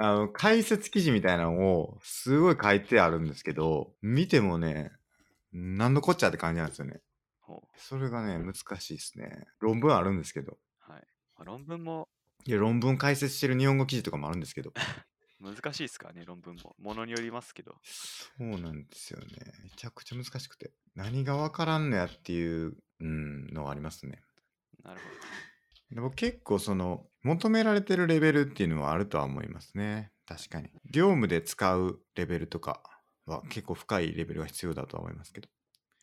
Speaker 1: あの解説記事みたいなのをすごい書いてあるんですけど見てもねなんのこっちゃって感じなんですよね
Speaker 2: ほう
Speaker 1: それがね難しいですね論文あるんですけど
Speaker 2: はいまあ、論文も
Speaker 1: いや論文解説してる日本語記事とかもあるんですけど
Speaker 2: 難しいですからね、論文も。ものによりますけど。
Speaker 1: そうなんですよねめちゃくちゃ難しくて何がわからんのやっていう、うん、のはありますね
Speaker 2: なるほ
Speaker 1: でも結構その求められてるレベルっていうのはあるとは思いますね確かに業務で使うレベルとかは結構深いレベルが必要だとは思いますけど、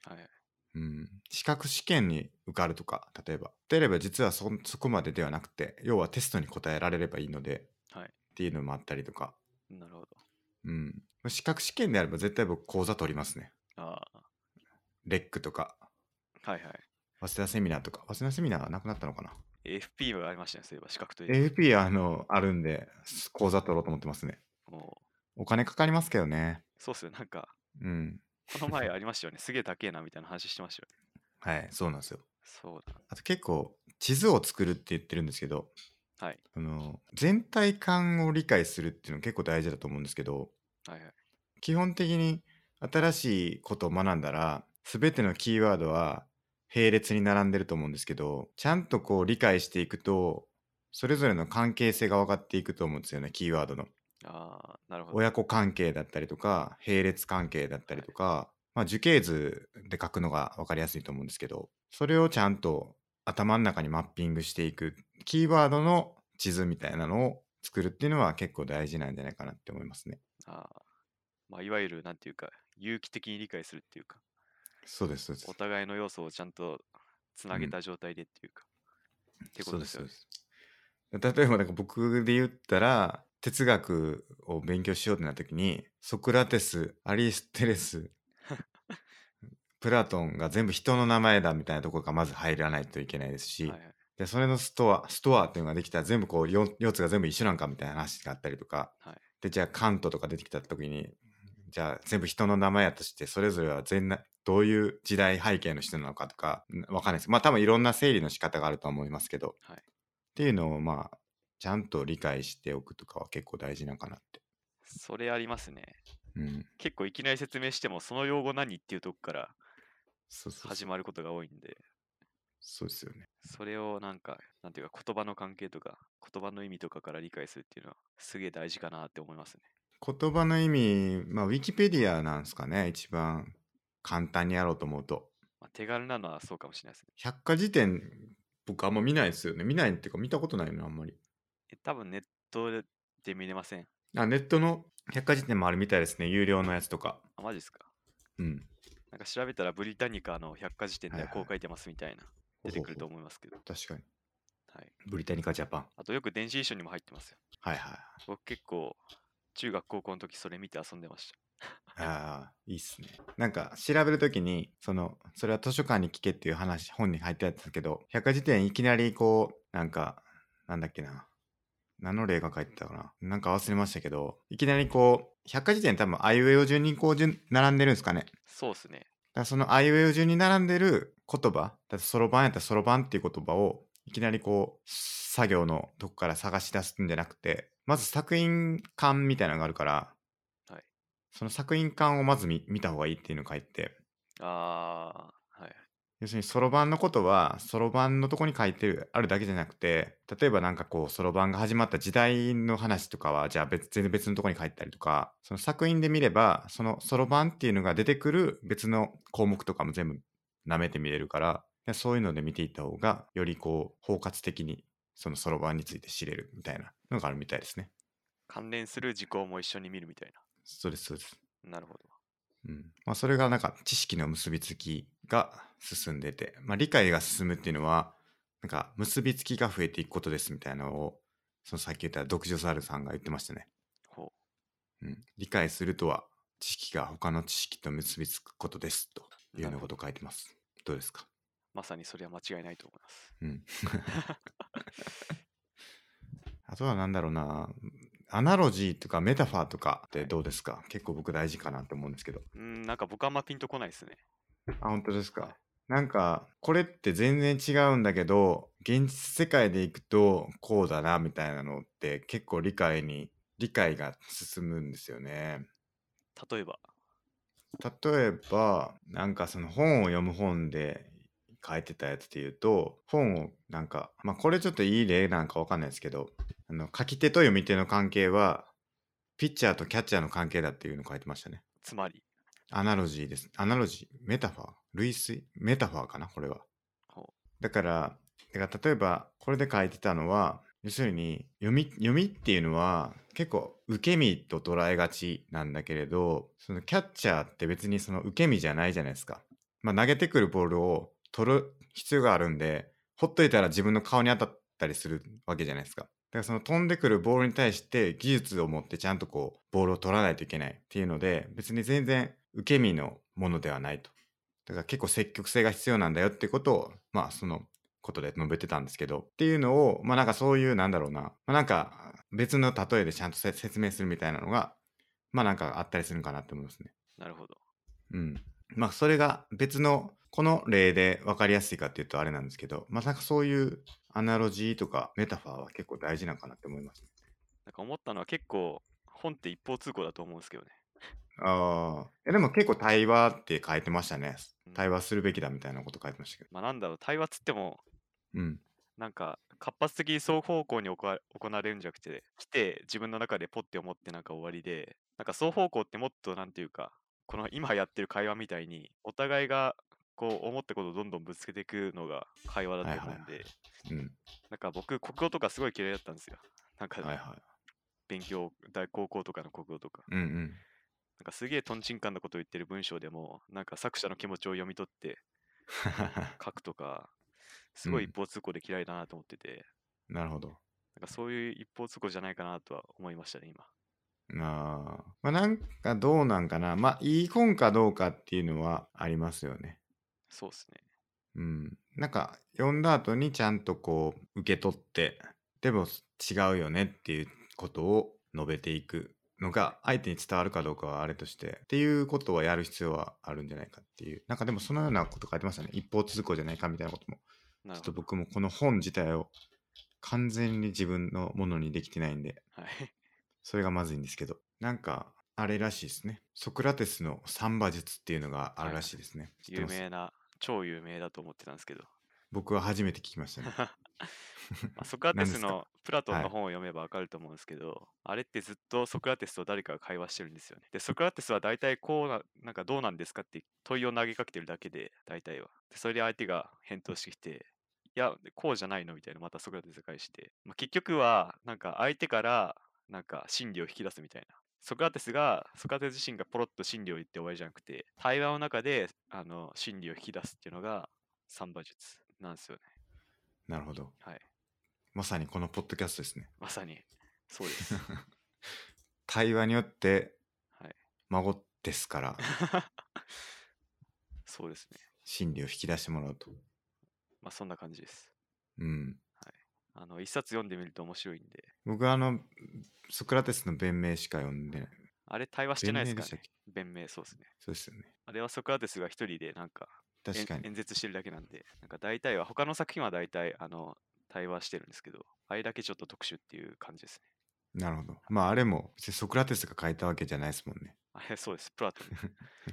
Speaker 2: ど。はいはい。
Speaker 1: うん、資格試験に受かるとか例えば出れば実はそそこまでではなくて要はテストに答えられればいいので、
Speaker 2: はい
Speaker 1: っていうのもあったりとか、
Speaker 2: なるほど。
Speaker 1: うん、資格試験であれば絶対僕講座取りますね
Speaker 2: ああ。
Speaker 1: レックとか
Speaker 2: はいはい。
Speaker 1: 早稲田セミナーとか早稲田セミナーがなくなったのかな
Speaker 2: FP がありましたね、そういえば、資格という。
Speaker 1: AFP あのあるんで講座取ろうと思ってますね
Speaker 2: もう、
Speaker 1: お金かかりますけどね
Speaker 2: そうっすよ、なんか、
Speaker 1: うん。
Speaker 2: この前ありましたよね、 *laughs* すげえ高えなみたいな話してましたよね。
Speaker 1: はい、そうなんですよ。
Speaker 2: そうだ。
Speaker 1: あと結構、地図を作るって言ってるんですけど、
Speaker 2: はい。
Speaker 1: あの、全体感を理解するっていうの結構大事だと思うんですけど、
Speaker 2: はいはい。
Speaker 1: 基本的に新しいことを学んだら、すべてのキーワードは並列に並んでると思うんですけど、ちゃんとこう理解していくと、それぞれの関係性が分かっていくと思うんですよね、キーワードの。
Speaker 2: ああ、なるほど。
Speaker 1: 親子関係だったりとか、並列関係だったりとか、まあ、樹形図で書くのが分かりやすいと思うんですけど、それをちゃんと頭の中にマッピングしていく、キーワードの地図みたいなのを作るっていうのは結構大事なんじゃないかなって思いますね。
Speaker 2: ああ。まあ、いわゆる、なんていうか、有機的に理解するっていうか、
Speaker 1: そうです、そうです
Speaker 2: お。互いの要素をちゃんとつなげ
Speaker 1: うん
Speaker 2: た状態でっていうか、ってことですよ
Speaker 1: そう
Speaker 2: ね。
Speaker 1: ですそうです例えばなんか僕で言ったら哲学を勉強しようってなった時にソクラテスアリステレ
Speaker 2: *laughs*
Speaker 1: スプラトンが全部人の名前だみたいなところがまず入らないといけないですし、
Speaker 2: はいはい。
Speaker 1: でそれのストアストアっていうのができたら全部こうよ4つが全部一緒なんかみたいな話があったりとか、
Speaker 2: はい
Speaker 1: でじゃあカントとか出てきた時にじゃあ全部人の名前やとしてそれぞれは全などういう時代背景の人なのかとかんわかんないですまあ多分いろんな整理の仕方があるとは思いますけど、
Speaker 2: はい
Speaker 1: っていうのをまあちゃんと理解しておくとかは結構大事なんかなって、
Speaker 2: それありますね。
Speaker 1: うん、
Speaker 2: 結構いきなり説明しても、その用語何っていうとこから
Speaker 1: そうそうそう
Speaker 2: 始まることが多いんで、
Speaker 1: そうですよね
Speaker 2: それをなんか、なんていうか、言葉の関係とか、言葉の意味とかから理解するっていうのは、すげえ大事かなって思いますね。
Speaker 1: 言葉の意味まあウィキペディアなんですかね一番簡単にやろうと思うと
Speaker 2: まあ、手軽なのはそうかもしれないですね。
Speaker 1: 百科事典僕あんま見ないですよね見ないっていうか見たことないのあんまり
Speaker 2: え多分ネットで見れません。
Speaker 1: あネットの百科事典もあるみたいですね有料のやつとか
Speaker 2: あ、マジですか
Speaker 1: うん
Speaker 2: なんか調べたらブリタニカの百科事典では
Speaker 1: はいは
Speaker 2: こ
Speaker 1: いう
Speaker 2: 書いてますみたいな、出てくると思いますけど。
Speaker 1: 確かに
Speaker 2: はい。
Speaker 1: ブリタニカジャパン
Speaker 2: あとよく電子辞書にも入ってますよ。
Speaker 1: はいはい
Speaker 2: 僕結構、中学高校の時それ見て遊んでました。
Speaker 1: ああ、いいっすね。なんか調べるときに、その、それは図書館に聞けっていう話、本に入ってあったけど、百科事典いきなりこう、なんか、なんだっけな。何の例が書いてたかななんか忘れましたけど、いきなりこう、百科事典多分あいうえお順にこう順、並んでるんですかね。だか
Speaker 2: そうですね。
Speaker 1: らそのあいうえお順に並んでる言葉、だってそろばんやったらそろばんっていう言葉を、いきなりこう、作業のとこから探し出すんじゃなくて、まず作品館みたいなのがあるから、
Speaker 2: はい
Speaker 1: その作品館をまず見見た方がいいっていうのを書いて、
Speaker 2: ああ、はい。
Speaker 1: 要するにそろばんのことはそろばんのとこに書いてるあるだけじゃなくて例えばなんかこうそろばんが始まった時代の話とかはじゃあ別全然別のとこに書いてたりとかその作品で見ればそのそろばんっていうのが出てくる別の項目とかも全部舐めて見れるからでそういうので見ていった方がよりこう包括的にそのそろばんについて知れるみたいなのがあるみたいですね。
Speaker 2: 関連する事項も一緒に見るみたい
Speaker 1: そうですそうです。
Speaker 2: な。なるほど。
Speaker 1: うんまあ、それがなんか知識の結びつきが進んでて、まあ、理解が進むっていうのはなんか結びつきが増えていくことですみたいなのをそのさっき言った独女サルさんが言ってましたね、
Speaker 2: ほ
Speaker 1: うん、理解するとは知識が他の知識と結びつくことですというようなことを書いてますどうですか
Speaker 2: う。まさにそれは間違いないと思います。
Speaker 1: うんあとはなんだろうなアナロジーとかメタファーとかってどうですか結構僕大事かなって思うんですけど
Speaker 2: うん、なんか僕はあんまピンとこないですね。
Speaker 1: あ、本当ですか。なんか、これって全然違うんだけど、現実世界で行くとこうだな、みたいなのって結構理解に、理解が進むんですよね。
Speaker 2: 例えば。
Speaker 1: 例えば、なんかその本を読む本で書いてたやつで言うと、本をなんか、まあこれちょっといい例なんかわかんないですけど、あの、書き手と読み手の関係は、ピッチャーとキャッチャーの関係だっていうの書いてましたね。
Speaker 2: つまり、
Speaker 1: アナロジーです。アナロジー、メタファー、類推、メタファーかな、これは
Speaker 2: ほ。
Speaker 1: だから、だから例えば、これで書いてたのは、要するに読み、読みっていうのは、結構、受け身と捉えがちなんだけれど、そのキャッチャーって別にその受け身じゃないじゃないですか。まあ、投げてくるボールを取る必要があるんで、ほっといたら自分の顔に当たったりするわけじゃないですか。だからその飛んでくるボールに対して技術を持ってちゃんとこうボールを取らないといけないっていうので別に全然受け身のものではないと。だから結構積極性が必要なんだよってことをまあそのことで述べてたんですけどっていうのをまあなんかそういうなんだろうな、まあ、なんか別の例えでちゃんとせ説明するみたいなのがまあなんかあったりするのかなって思いますね。
Speaker 2: なるほど。
Speaker 1: うん。まあそれが別のこの例で分かりやすいかっていうとあれなんですけどまあなんかそういうアナロジーとかメタファーは結構大事なのかなって思います。
Speaker 2: なんか思ったのは結構、本って一方通行だと思うんですけどね。
Speaker 1: ああ。えでも結構対話って書いてましたね
Speaker 2: うん。
Speaker 1: 対話するべきだみたいなこと書いてましたけど。
Speaker 2: まあなんだろう、対話つっても、
Speaker 1: うん。
Speaker 2: なんか活発的に双方向に行わ行われるんじゃなくて、来て自分の中でポッて思ってなんか終わりで、なんか双方向ってもっとなんていうか、この今やってる会話みたいに、お互いがこう思ったことをどんどんぶつけていくのが会話だと思うんで、
Speaker 1: はいはいうん。
Speaker 2: なんか僕、国語とかすごい嫌いだったんですよ。なんか
Speaker 1: はいは
Speaker 2: 勉強、大高校とかの国語とか。
Speaker 1: い。うんうん。 *laughs*
Speaker 2: なんかすげえとんちんかんなことを言ってる文章でも、なんか作者の気持ちを読み取って書くとか、すごい
Speaker 1: うん
Speaker 2: 一方通行で嫌いだなと思ってて、
Speaker 1: なるほど。
Speaker 2: なんかそういう一方通行じゃないかなとは思いましたね、今。
Speaker 1: ああ。まあなんかどうなんかな。まあいい本かどうかっていうのはありますよね。
Speaker 2: そうですね。
Speaker 1: うん。なんか読んだ後にちゃんとこう受け取って、でも違うよねっていうことを述べていくのが相手に伝わるかどうかはあれとして、っていうことはやる必要はあるんじゃないかっていう。なんかでもそのようなこと書いてましたね。一方通行じゃないかみたいなことも。
Speaker 2: な
Speaker 1: ちょっ
Speaker 2: るほ
Speaker 1: と
Speaker 2: ど。
Speaker 1: 僕もこの本自体を完全に自分のものにできてないんで、
Speaker 2: はい。 *laughs*
Speaker 1: それがまずいんですけど、なんか、あれらしいですね。ソクラテスのサンバ術っていうのがあるらしいですね。知って
Speaker 2: 有
Speaker 1: ます
Speaker 2: 名な、超有名だと思ってたんですけど、
Speaker 1: 僕は初めて聞きましたね。
Speaker 2: まあソクラテ
Speaker 1: 何で
Speaker 2: ス
Speaker 1: すか
Speaker 2: のプラトン
Speaker 1: は
Speaker 2: の
Speaker 1: い
Speaker 2: 本を読めばわかると思うんですけど、あれってずっとソクラテスと誰かが会話してるんですよね。で、ソクラテスは大体こうな、なんかどうなんですかって問いを投げかけてるだけで、大体は。で、それで相手が返答してきて、いや、こうじゃないのみたいな、またソクラテスが返して。まあ、結局は、なんか相手から、なんか真理を引き出すみたいな。ソクラテスが、ソクラテス自身がポロッと真理を言って終わりじゃなくて、対話の中で、あの、真理を引き出すっていうのが、サンバ術なんですよね。
Speaker 1: なるほど。
Speaker 2: はい。
Speaker 1: まさにこのポッドキャストですね。
Speaker 2: まさに、そうです。
Speaker 1: 対話によって
Speaker 2: はい
Speaker 1: 孫です
Speaker 2: *laughs*
Speaker 1: から、
Speaker 2: そうですね。
Speaker 1: 心理を引き出してもらうと。
Speaker 2: まあそんな感じです。
Speaker 1: うん。
Speaker 2: あの、一冊読んでみると面白いんで、
Speaker 1: 僕はあの、ソクラテスの弁明しか読んでない。
Speaker 2: あれ対話してないで
Speaker 1: 弁
Speaker 2: す
Speaker 1: 明
Speaker 2: か
Speaker 1: でした
Speaker 2: ら
Speaker 1: っ
Speaker 2: ね
Speaker 1: け。
Speaker 2: 弁明、そうですね。
Speaker 1: そうですよね。
Speaker 2: あれはソクラテスが一人でなんかえん
Speaker 1: 確かに。
Speaker 2: 演説してるだけなんで、なんか大体は、他の作品は大体あの対話してるんですけど、あれだけちょっと特殊っていう感じですね。
Speaker 1: なるほど。まああれも、別にソクラテスが書いたわけじゃないですもんね。
Speaker 2: あれそうです、プラ
Speaker 1: *laughs*
Speaker 2: トンです。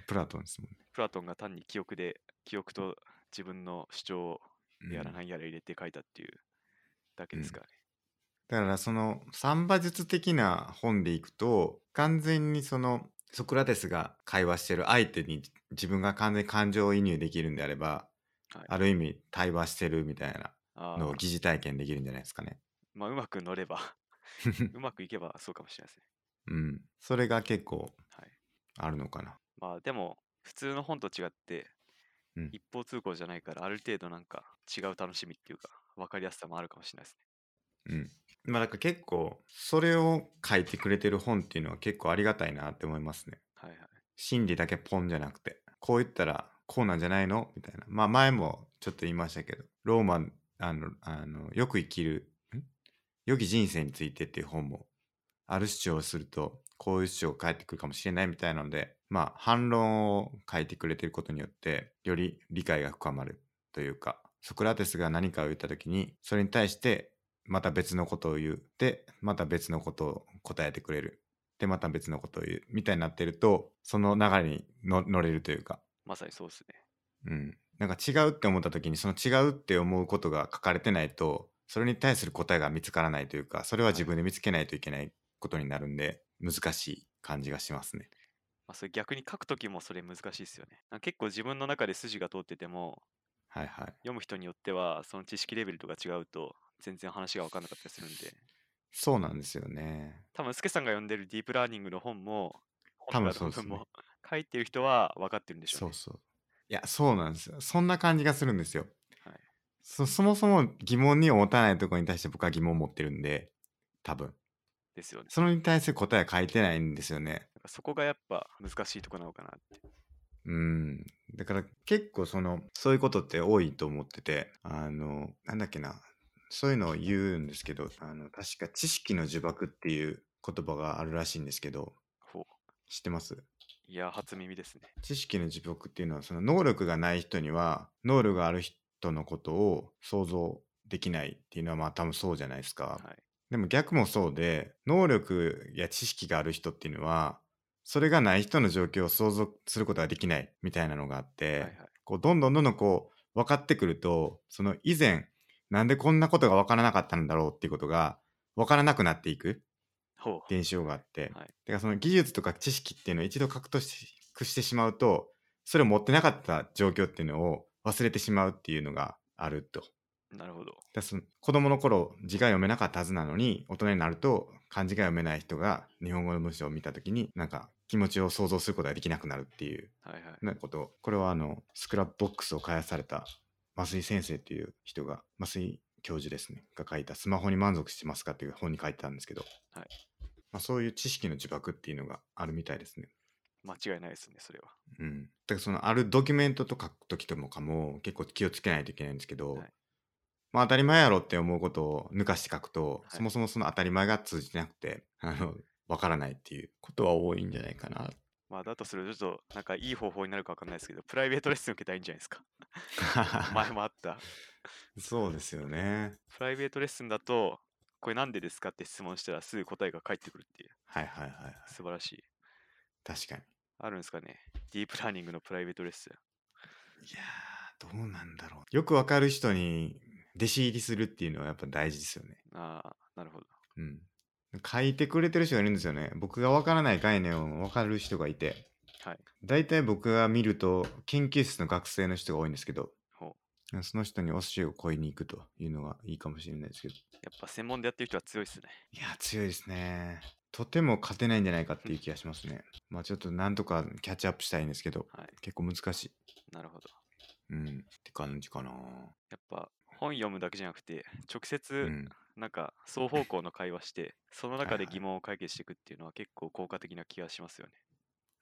Speaker 1: プラトンですもんね。
Speaker 2: プラトンが単に記憶で、記憶と自分の主張を
Speaker 1: うん
Speaker 2: やら何やら入れて書いたっていうだけですからね。
Speaker 1: だからその三馬術的な本でいくと完全にそのソクラテスが会話してる相手に自分が完全に感情を移入できるんであれば、
Speaker 2: はい
Speaker 1: ある意味対話してるみたい
Speaker 2: あ
Speaker 1: な
Speaker 2: あ
Speaker 1: のを疑似体験できるんじゃないですかね。
Speaker 2: まあ、うまく乗
Speaker 1: *laughs*
Speaker 2: れば、うまくいけばそうかもしれないですね。
Speaker 1: うん、それが結構
Speaker 2: はい
Speaker 1: あるのかな。
Speaker 2: まあでも普通の本と違って
Speaker 1: うん
Speaker 2: 一方通行じゃないからある程度なんか違う楽しみっていうか分かりやすさもあるかもしれないですね。
Speaker 1: うん、まあだから結構それを書いてくれてる本っていうのは結構ありがたいなって思いますね。
Speaker 2: はいはい。
Speaker 1: 心理だけポンじゃなくてこう言ったらこうなんじゃないのみたいなまあ前もちょっと言いましたけどローマンあのあのよく生きるん良き人生についてっていう本もある主張をするとこういう主張が返ってくるかもしれないみたいなのでまあ反論を書いてくれてることによってより理解が深まるというかソクラテスが何かを言った時にそれに対してまた別のことを言うでまた別のことを答えてくれるでまた別のことを言うみたいになってるとその流れにの乗れるというか、
Speaker 2: まさにそうですね。
Speaker 1: うん、なんか違うって思った時にその違うって思うことが書かれてないとそれに対する答えが見つからないというかそれは自分で見つけないといけないことになるんで難しい感じがしますね。
Speaker 2: まあ、それ逆に書くときもそれ難しいですよね。なんか結構自分の中で筋が通ってても
Speaker 1: はいはい、
Speaker 2: 読む人によってはその知識レベルとか違うと全然話が分かんなかったりするんで
Speaker 1: そうなんですよね。
Speaker 2: 多分スケさんが読んでるディープラーニングの本も
Speaker 1: 多分
Speaker 2: 本とかの
Speaker 1: そうっすね
Speaker 2: 部分も *laughs* 書いてる人は分かってるんでしょ
Speaker 1: そうう
Speaker 2: ね。
Speaker 1: そう。いや、そうなんですよ。そんな感じがするんですよ。
Speaker 2: はい
Speaker 1: そそもそも疑問に思たないところに対して僕は疑問を持ってるんで多分
Speaker 2: ですよね。
Speaker 1: それに対する答えは書いてないんですよね。
Speaker 2: なんかそこがやっぱ難しいとこなのかなって。
Speaker 1: うん。だから結構その、そういうことって多いと思ってて、あの、なんだっけな、そういうのを言うんですけど、あの、確か知識の呪縛っていう言葉があるらしいんですけど、
Speaker 2: ほう
Speaker 1: 知ってます
Speaker 2: いや、初耳ですね。
Speaker 1: 知識の呪縛っていうのは、その能力がない人には、能力がある人のことを想像できないっていうのはまあ多分そうじゃないですか。
Speaker 2: はい。
Speaker 1: でも逆もそうで、能力や知識がある人っていうのは、それがない人の状況を想像することができないみたいなのがあって、
Speaker 2: はいはい。
Speaker 1: こうどんどんどんどんこう分かってくるとその以前なんでこんなことが分からなかったんだろうっていうことが分からなくなっていく
Speaker 2: ほう。
Speaker 1: 現象があって、だ
Speaker 2: はい
Speaker 1: からその技術とか知識っていうのを一度獲得ししてしまうとそれを持ってなかった状況っていうのを忘れてしまうっていうのがあると。
Speaker 2: なるほど。
Speaker 1: だからその子供の頃字が読めなかったはずなのに大人になると漢字が読めない人が日本語の文章を見た時になんか気持ちを想像することができなくなるっていう
Speaker 2: はいはい。
Speaker 1: なことこれはあのスクラップボックスを開発された増井先生っていう人が増井教授ですねが書いた「スマホに満足してますか?」っていう本に書いてたんですけど、
Speaker 2: はい
Speaker 1: まあ、そういう知識の呪縛っていうのがあるみたいですね。
Speaker 2: 間違いないですね、それは。
Speaker 1: うん、だからそのあるドキュメントと書く時ともかも結構気をつけないといけないんですけど、
Speaker 2: はい
Speaker 1: まあ当たり前やろって思うことを抜かして書くと、
Speaker 2: はい
Speaker 1: そもそもその当たり前が通じてなくてあのわからないっていうことは多いんじゃないかな
Speaker 2: まあ、だとすると、ちょっと、なんかいい方法になるかわかんないですけど、プライベートレッスン受けたらいいんじゃな
Speaker 1: *laughs*
Speaker 2: いですか。前もあった。
Speaker 1: そうですよね。
Speaker 2: プライベートレッスンだと、これなんでですかって質問したらすぐ答えが返ってくるっていう、
Speaker 1: はいはいはいはい。
Speaker 2: 素晴らしい。
Speaker 1: 確かに。
Speaker 2: あるんですかね。ディープラーニングのプライベートレッスン。
Speaker 1: いやー、どうなんだろう。よくわかる人に弟子入りするっていうのはやっぱ大事ですよね。
Speaker 2: ああ、なるほど。
Speaker 1: うん。書いてくれてる人がいるんですよね。僕がわからない概念をわかる人がいて。
Speaker 2: はい。
Speaker 1: 大体僕が見ると、研究室の学生の人が多いんですけど
Speaker 2: ほ、
Speaker 1: その人にお寿司を買いに行くというのがいいかもしれないですけど。
Speaker 2: やっぱ専門でやってる人は強いですね。
Speaker 1: いや、強いですね。とても勝てないんじゃないかっていう気がしますね。まあちょっとなんとかキャッチアップしたいんですけど、
Speaker 2: はい。
Speaker 1: 結構難しい。
Speaker 2: なるほど。
Speaker 1: うん。って感じかな。
Speaker 2: やっぱ本読むだけじゃなくて、直
Speaker 1: う
Speaker 2: 接
Speaker 1: ん。
Speaker 2: なんか双方向の会話して、その
Speaker 1: はい
Speaker 2: 中で
Speaker 1: はい
Speaker 2: 疑問を解決していくっていうのは結構効果的な気がしますよね。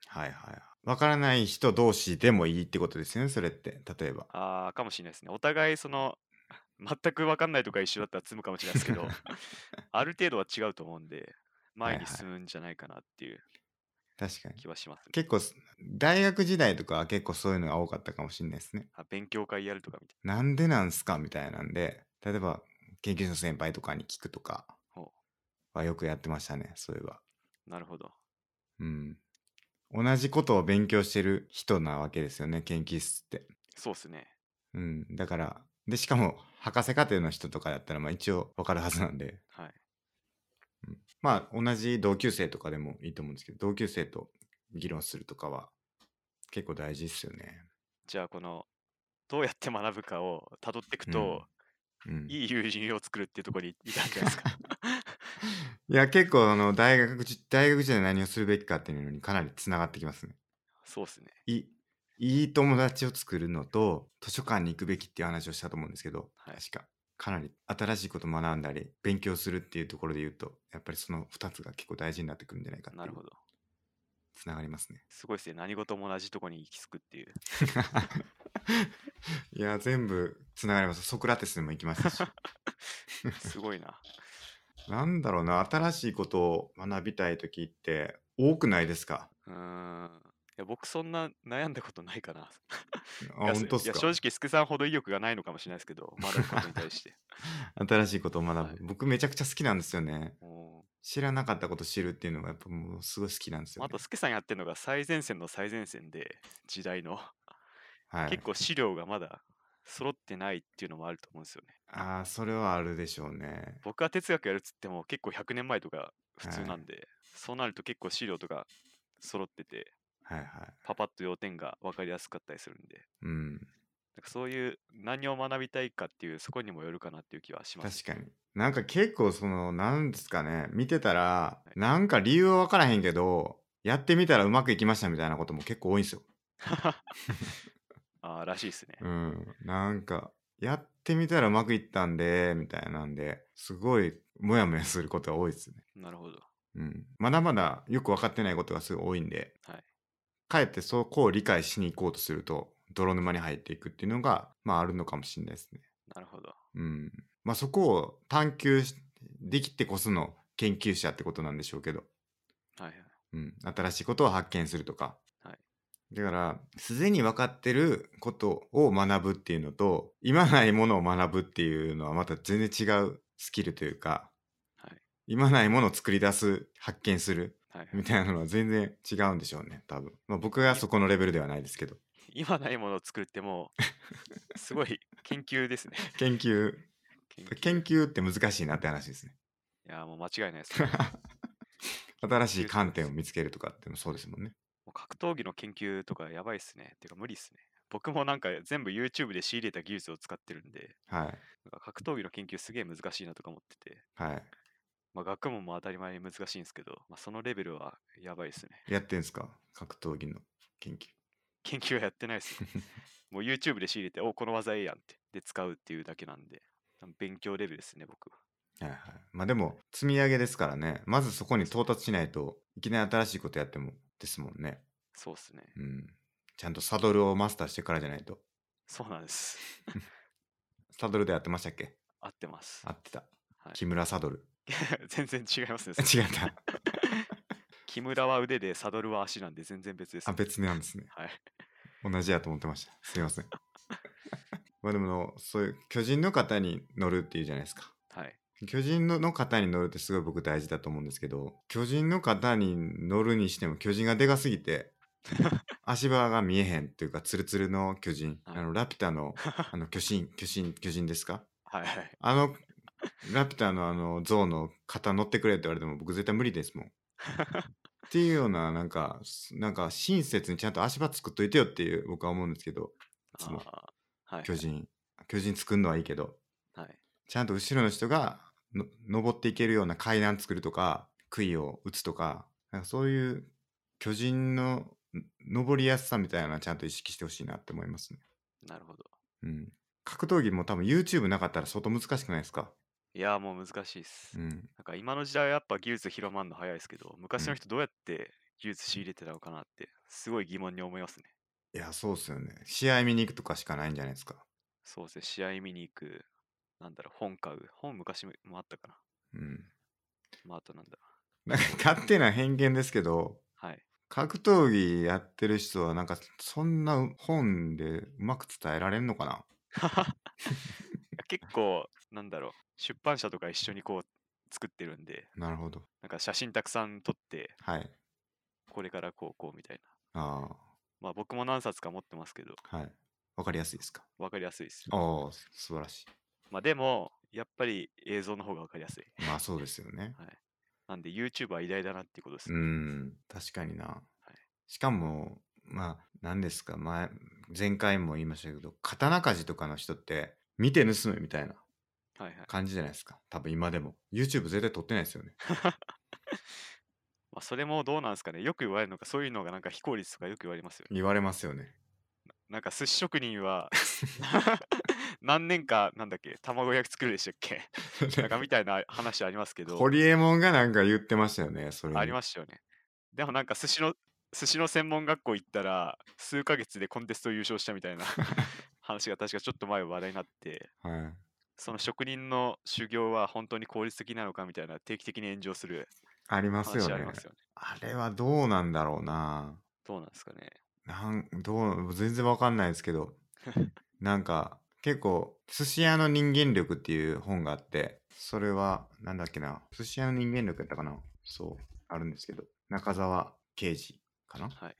Speaker 1: はいはい。わからない人同士でもいいってことですよね、それって。例えば。
Speaker 2: ああ、かもしれないですね。お互いその、全く分かんないとか一緒だったら積むかもしれないです
Speaker 1: *laughs*
Speaker 2: けど、ある程度は違うと思うんで、
Speaker 1: は
Speaker 2: 前
Speaker 1: い
Speaker 2: に
Speaker 1: はい。
Speaker 2: 進むんじゃないかなっていう
Speaker 1: 確かに。
Speaker 2: 気はしますね。
Speaker 1: 結構す、大学時代とかは結構そういうのが多かったかもしれないですね。
Speaker 2: あ勉強会やるとかみたい
Speaker 1: なんでなんすかみたいなんで、例えば、研究所の先輩とかに聞くとか
Speaker 2: な。ほ
Speaker 1: はよくやってましたね、そういえば。
Speaker 2: うなるほど。
Speaker 1: うん。同じことを勉強してる人なわけですよね、研究室って。
Speaker 2: そうっすね。
Speaker 1: うん。だから、で、しかも、博士課程の人とかだったら、まあ一応わかるはずなんで、
Speaker 2: はい。
Speaker 1: うんまあ同じ同級生とかでもいいと思うんですけど、同級生と議論するとかは結構大事ですよね。
Speaker 2: じゃあ、この、どうやって学ぶかを辿っていく
Speaker 1: うん。
Speaker 2: と、
Speaker 1: うん。
Speaker 2: いい友人を作るっていうところにいたんじゃないです
Speaker 1: *laughs*
Speaker 2: か。
Speaker 1: いや、結構あの、大学時、大学時代何をするべきかっていうのにかなりつながってきますね。
Speaker 2: そうっすね。
Speaker 1: い、いい友達を作るのと、図書館に行くべきっていう話をしたと思うんですけど、
Speaker 2: はい。
Speaker 1: 確か、かなり新しいこと学んだり、勉強するっていうところで言うと、やっぱりその2つが結構大事になってくるんじゃないかっ
Speaker 2: な
Speaker 1: て
Speaker 2: る
Speaker 1: いう、
Speaker 2: ほど。
Speaker 1: つながりますね。 *laughs*
Speaker 2: すごいっすね。何事も同じとこに行き着くっていう。
Speaker 1: いや、全部つながります。ソクラテスでも行きました
Speaker 2: *laughs*
Speaker 1: し。
Speaker 2: すごいな。
Speaker 1: なんだろうな、新しいことを学びたいときって多くないですか
Speaker 2: うーん。いや、僕そんな悩んだことないかな。
Speaker 1: あ、
Speaker 2: いや、
Speaker 1: 本
Speaker 2: す
Speaker 1: 当っ
Speaker 2: い
Speaker 1: す
Speaker 2: や
Speaker 1: か
Speaker 2: 正直、スケさんほど意欲がないのかもしれないですけど、学ぶことに
Speaker 1: *laughs*
Speaker 2: 対して。
Speaker 1: 新しいことを
Speaker 2: は
Speaker 1: 学
Speaker 2: い。
Speaker 1: ぶ。僕めちゃくちゃ好きなんですよね。
Speaker 2: も
Speaker 1: 知らなかったこと知るっていうのがやっぱもうすごい好きなんです
Speaker 2: う
Speaker 1: よ
Speaker 2: あと、
Speaker 1: ね。
Speaker 2: スケさんやってるのが最前線の最前線で、時代の。
Speaker 1: *laughs* は
Speaker 2: 結
Speaker 1: い。
Speaker 2: 構資料がまだ揃ってないっていうのもあると思うんですよね。
Speaker 1: ああ、それはあるでしょうね。
Speaker 2: 僕は哲学やるっつっても結構100年前とか普
Speaker 1: は。
Speaker 2: 通ないんで、そうなると結構資料とか揃ってて、
Speaker 1: はいはい。
Speaker 2: パパッと要点が分かりやすかったりするんで、
Speaker 1: うん。
Speaker 2: なんかそういう何を学びたいかっていう、そこにもよるかなっていう気はします
Speaker 1: 確かに。なんか結構その、なんですかね、見てたら、
Speaker 2: ね。
Speaker 1: なんか理由はわからへんけど、やってみたらうまくいきましたみたいなことも結構多いんですよ。
Speaker 2: はい、ああ、らしいですね。
Speaker 1: うん。なんか、やってみたらうまくいったんで、みたいなんで、すごい、モヤモヤすることが多いですね。
Speaker 2: なるほど。
Speaker 1: うん。まだまだよく分かってないことがすごい多いんで、
Speaker 2: はい。
Speaker 1: かえってそこを理解しに行こうとすると、泥沼に入っていくっていうのが、まああるのかもしれないですね。
Speaker 2: なるほど。
Speaker 1: うん。まあそこを探求しできてこその研究者ってことなんでしょうけど、
Speaker 2: はいはい。
Speaker 1: うん。新しいことを発見するとか。
Speaker 2: はい、
Speaker 1: だから、すでに分かってることを学ぶっていうのと、今ないものを学ぶっていうのはまた全然違うスキルというか、
Speaker 2: はい、
Speaker 1: 今ないものを作り出す、発見する、
Speaker 2: はいはい。
Speaker 1: みたいなのは全然違うんでしょうね、多分。まあ僕が
Speaker 2: い
Speaker 1: そこのレベルではないですけど。
Speaker 2: 今ないものを作るってもう、すごい研究ですね。
Speaker 1: 研究、
Speaker 2: 研
Speaker 1: 研
Speaker 2: 究。
Speaker 1: 究って難しいなって話ですね。
Speaker 2: いや、もう間違いない
Speaker 1: *laughs*
Speaker 2: ですね。
Speaker 1: 新しい
Speaker 2: 研究すご
Speaker 1: 観
Speaker 2: いで
Speaker 1: 点を
Speaker 2: す。
Speaker 1: 見つけるとかってもそうですもんね。
Speaker 2: もう格闘技の研究とかやばいっすね。てか無理っすね。僕もなんか全部 YouTube で仕入れた技術を使ってるんで、
Speaker 1: はい。
Speaker 2: なんか格闘技の研究すげえ難しいなとか思ってて、
Speaker 1: はい。
Speaker 2: まあ、学問も当たり前に難しいんですけど、まあ、そのレベルはやばいっすね。 *laughs*
Speaker 1: やってんすか格闘技の研究。
Speaker 2: 研究はやってないっすね。もう YouTube で仕入れて、おこの技ええやんって。で、使うっていうだけなんで、勉強レベルですね、僕は。
Speaker 1: はいはい。まあでも、積み上げですからね。まずそこ
Speaker 2: そう
Speaker 1: に
Speaker 2: っすね。
Speaker 1: 到達しないといきなり新しいことやってもですもんね。
Speaker 2: そうっすね。
Speaker 1: うん。ちゃんとサドルをマスターしてからじゃないと。
Speaker 2: そうなんです。
Speaker 1: サドルでやってましたっけ
Speaker 2: 合ってます。
Speaker 1: 合ってた。
Speaker 2: はい。
Speaker 1: 木村サドル。
Speaker 2: *laughs* 全然違いますね、それ。
Speaker 1: 違った。
Speaker 2: 木村は腕で、サドルは足なんで全然別です
Speaker 1: あ、
Speaker 2: ね。
Speaker 1: 別なんですね。
Speaker 2: はい。
Speaker 1: 同じやと思ってました。すいま
Speaker 2: *laughs*
Speaker 1: せん。まあでも、そういう巨人の方に乗るっていうじゃないですか。
Speaker 2: はい。
Speaker 1: 巨人のの型に乗るってすごい僕大事だと思うんですけど、巨人の型に乗るにしても巨人がでかすぎ
Speaker 2: *laughs*
Speaker 1: て、足場が見えへんというか、ツルツルの巨人、
Speaker 2: は
Speaker 1: あ
Speaker 2: い。
Speaker 1: の、ラピュタ
Speaker 2: *laughs*
Speaker 1: の、あの、巨神、巨神、巨人ですか
Speaker 2: はいはい。
Speaker 1: あの、ラピュタのあの、像の型乗ってくれって言われても僕絶対無理ですもん。っていうような、なんか、すなんか親切にちゃんと足場作っといてよっていう僕は思うんですけど、いつも、
Speaker 2: ああ、はい
Speaker 1: 巨人、巨人作るのはいいけど、
Speaker 2: はい。
Speaker 1: ちゃんと後ろの人がの登っていけるような階段作るとか、杭を打つとか、なんかそういう巨人のん登りやすさみたいなのはちゃんと意識してほしいなって思いますね。
Speaker 2: なるほど。
Speaker 1: うん。格闘技も多分 YouTube なかったら相当難しくないですか
Speaker 2: いやー、もう難しいっ
Speaker 1: う
Speaker 2: す。
Speaker 1: ん。
Speaker 2: なんか今の時代はやっぱ技術広まるの早いですけど、
Speaker 1: う
Speaker 2: 昔の
Speaker 1: ん。
Speaker 2: 人どうやって技術仕入れてたのかなって、すごい疑問に思いますね。
Speaker 1: いや、そうっすよね。試合見に行くとかしかないんじゃないですか。
Speaker 2: そうですね、試合見に行く、なんだろう、本買う。本昔ももあったかな。
Speaker 1: うん。
Speaker 2: まあ、あとなんだろ
Speaker 1: なんか勝手な偏見ですけど、
Speaker 2: う。はい。
Speaker 1: 格闘技やってる人はなんかそんな本でうまく伝えられんのかな
Speaker 2: 結構、なんだろう、出版社とか一緒にこう、作ってるんで、
Speaker 1: なるほど。
Speaker 2: なんか写真たくさん撮って、
Speaker 1: はい。
Speaker 2: これからこう、こうみたいな。
Speaker 1: あ
Speaker 2: まあ、僕も何冊か持ってますけど、
Speaker 1: あ、はい。わかりやすいですか。
Speaker 2: わかりやすいです。
Speaker 1: ああ、す素晴らし
Speaker 2: まあ、でも、やっぱり映像の方がわかりやすい。
Speaker 1: い。まあそうですよ
Speaker 2: *laughs*
Speaker 1: ね。
Speaker 2: なんで、YouTube は偉大だなっていうことです
Speaker 1: う
Speaker 2: ね。
Speaker 1: ん、確かにな。しかも、まあ、何ですか、前、前回も言いましたけど、刀鍛冶とかの人って、見て盗むみたいな
Speaker 2: はいはい。
Speaker 1: 感じじゃないですか。多分今でも。YouTube 絶対撮ってないですよね。
Speaker 2: まあ、それもどうなんですかね。よく言われるのが、そういうのがなんか非効率とかよく言われますよね。
Speaker 1: 言われますよ
Speaker 2: *laughs*
Speaker 1: ね。 *laughs*
Speaker 2: なんか寿司職人は *laughs* 何年かなんだっけ卵焼き作るでしたっけ *laughs* なんかみたいな話ありますけど
Speaker 1: ホリエモンがなんか言ってましたよね、それに。
Speaker 2: ありましたよねでもなんか寿司の寿司の専門学校行ったら数ヶ月でコンテスト優勝したみたいな *laughs* 話が確かちょっと前話題になって
Speaker 1: はい。
Speaker 2: その職人の修行は本当に効率的なのかみたいな定期的に炎上する
Speaker 1: ありますよ
Speaker 2: 話あり
Speaker 1: ね
Speaker 2: ま。すよね
Speaker 1: あれはどうなんだろうな。
Speaker 2: どうなんですかね
Speaker 1: なんどう全然わかんないですけ
Speaker 2: *laughs*
Speaker 1: どなんか結構「寿司屋の人間力」っていう本があってそれはなんだっけな寿司屋の人間力やったかなそうあるんですけど中澤刑事かな
Speaker 2: はい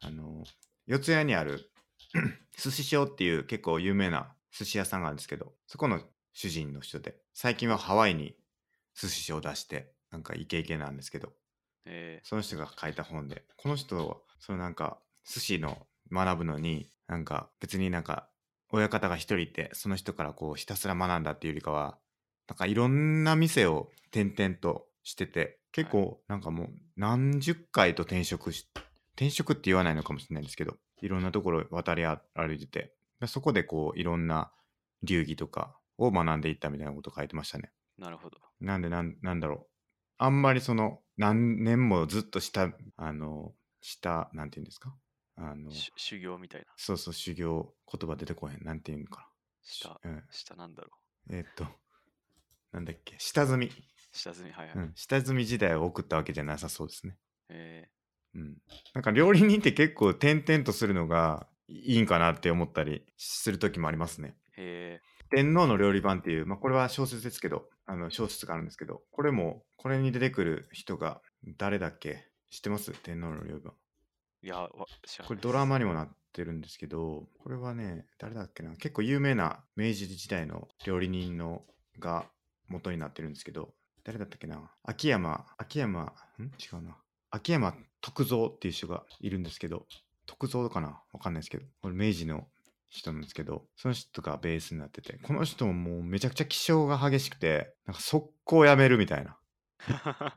Speaker 1: あの四谷にある *clears throat* 寿司匠っていう結構有名な寿司屋さんがあるんですけどそこの主人の人で最近はハワイに寿司匠を出してなんかイケイケなんですけど
Speaker 2: え
Speaker 1: その人が書いた本で、この人は、そのなんか、寿司の学ぶのに、なんか、別になんか、親方が一人いて、その人からこう、ひたすら学んだっていうよりかは、なんかいろんな店を転々としてて、結構、なんかもう、何十回と転職し、転職って言わないのかもしれないんですけど、いろんなところ渡り歩いてて、でそこでこう、いろんな流儀とかを学んでいったみたいなこと書いてましたね。
Speaker 2: ー、なるほど
Speaker 1: なんでなん、なんだろう。あんまりその、何年もずっとした、あの、した、なんて言うんですかあの、
Speaker 2: し修行みたいな
Speaker 1: そうそう、修行、言葉出てこへん。なんて言うんか
Speaker 2: 下
Speaker 1: な。うん、
Speaker 2: 下なんだろ
Speaker 1: えーっと、なんだっけ、下積み、
Speaker 2: う下積みはいはい、
Speaker 1: うん。下積み時代を送ったわけじゃなさそうですね。
Speaker 2: え
Speaker 1: うん。なんか料理人って結構転々とするのがいいんかなって思ったりする時もありますね。
Speaker 2: ー、え
Speaker 1: 天皇の料理番っていう、まあ、これは小説ですけど、あの小説があるんですけど、これも、これに出てくる人が、誰だっけ知ってます天皇の料理番。
Speaker 2: ー、いやわ知らない
Speaker 1: これ
Speaker 2: です
Speaker 1: ドラマにもなってるんですけど、これはね、誰だっけな結構有名な明治時代の料理人のが元になってるんですけど、誰だったっけな秋山、秋山、ん違うな。秋山徳蔵っていう人がいるんですけど、徳蔵かなわかんないですけど、これ明治の人なんですけど、その人がベースになってて、この人ももうめちゃくちゃ気性が激しくて、なんか速攻やめるみたいな、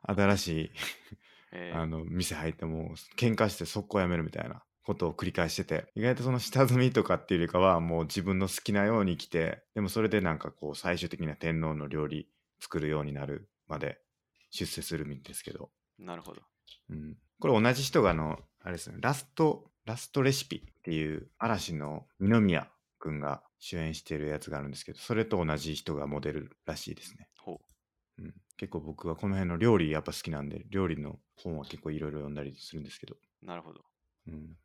Speaker 1: 新しい
Speaker 2: *laughs* えー
Speaker 1: あの店入ってもう喧嘩して速攻やめるみたいなことを繰り返してて意外とその下積みとかっていうよりかはもう自分の好きなように生きてでもそれでなんかこう最終的な天皇の料理作るようになるまで出世するんですけど、
Speaker 2: なるほど。
Speaker 1: うん、これ同じ人があのあれですねラストラストレシピっていう嵐の二宮君が主演してるやつがあるんですけどそれと同じ人がモデルらしいですね
Speaker 2: ほう。
Speaker 1: うん、結構僕はこの辺の料理やっぱ好きなんで料理の本は結構いろいろ読んだりするんですけど、
Speaker 2: なるほど。
Speaker 1: うん、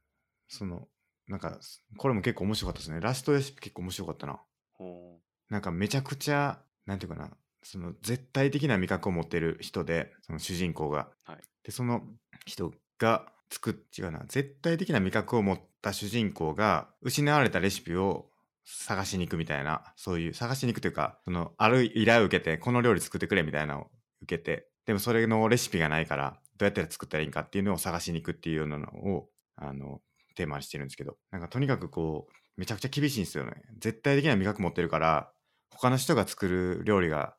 Speaker 1: そのなんかこれも結構面白かったですねラストレシピ結構面白かったな
Speaker 2: ほ
Speaker 1: なんかめちゃくちゃなんていうかなその絶対的な味覚を持ってる人でその主人公が、
Speaker 2: はい
Speaker 1: でその人が作っ違うな絶対的な味覚を持った主人公が失われたレシピを探しに行くみたいなそういう探しに行くというかそのある依頼を受けてこの料理作ってくれみたいなのを受けてでもそれのレシピがないからどうやって作ったらいいんかっていうのを探しに行くっていうのをあのテーマにしてるんですけどなんかとにかくこうめちゃくちゃ厳しいんですよね絶対的な味覚持ってるから他の人が作る料理が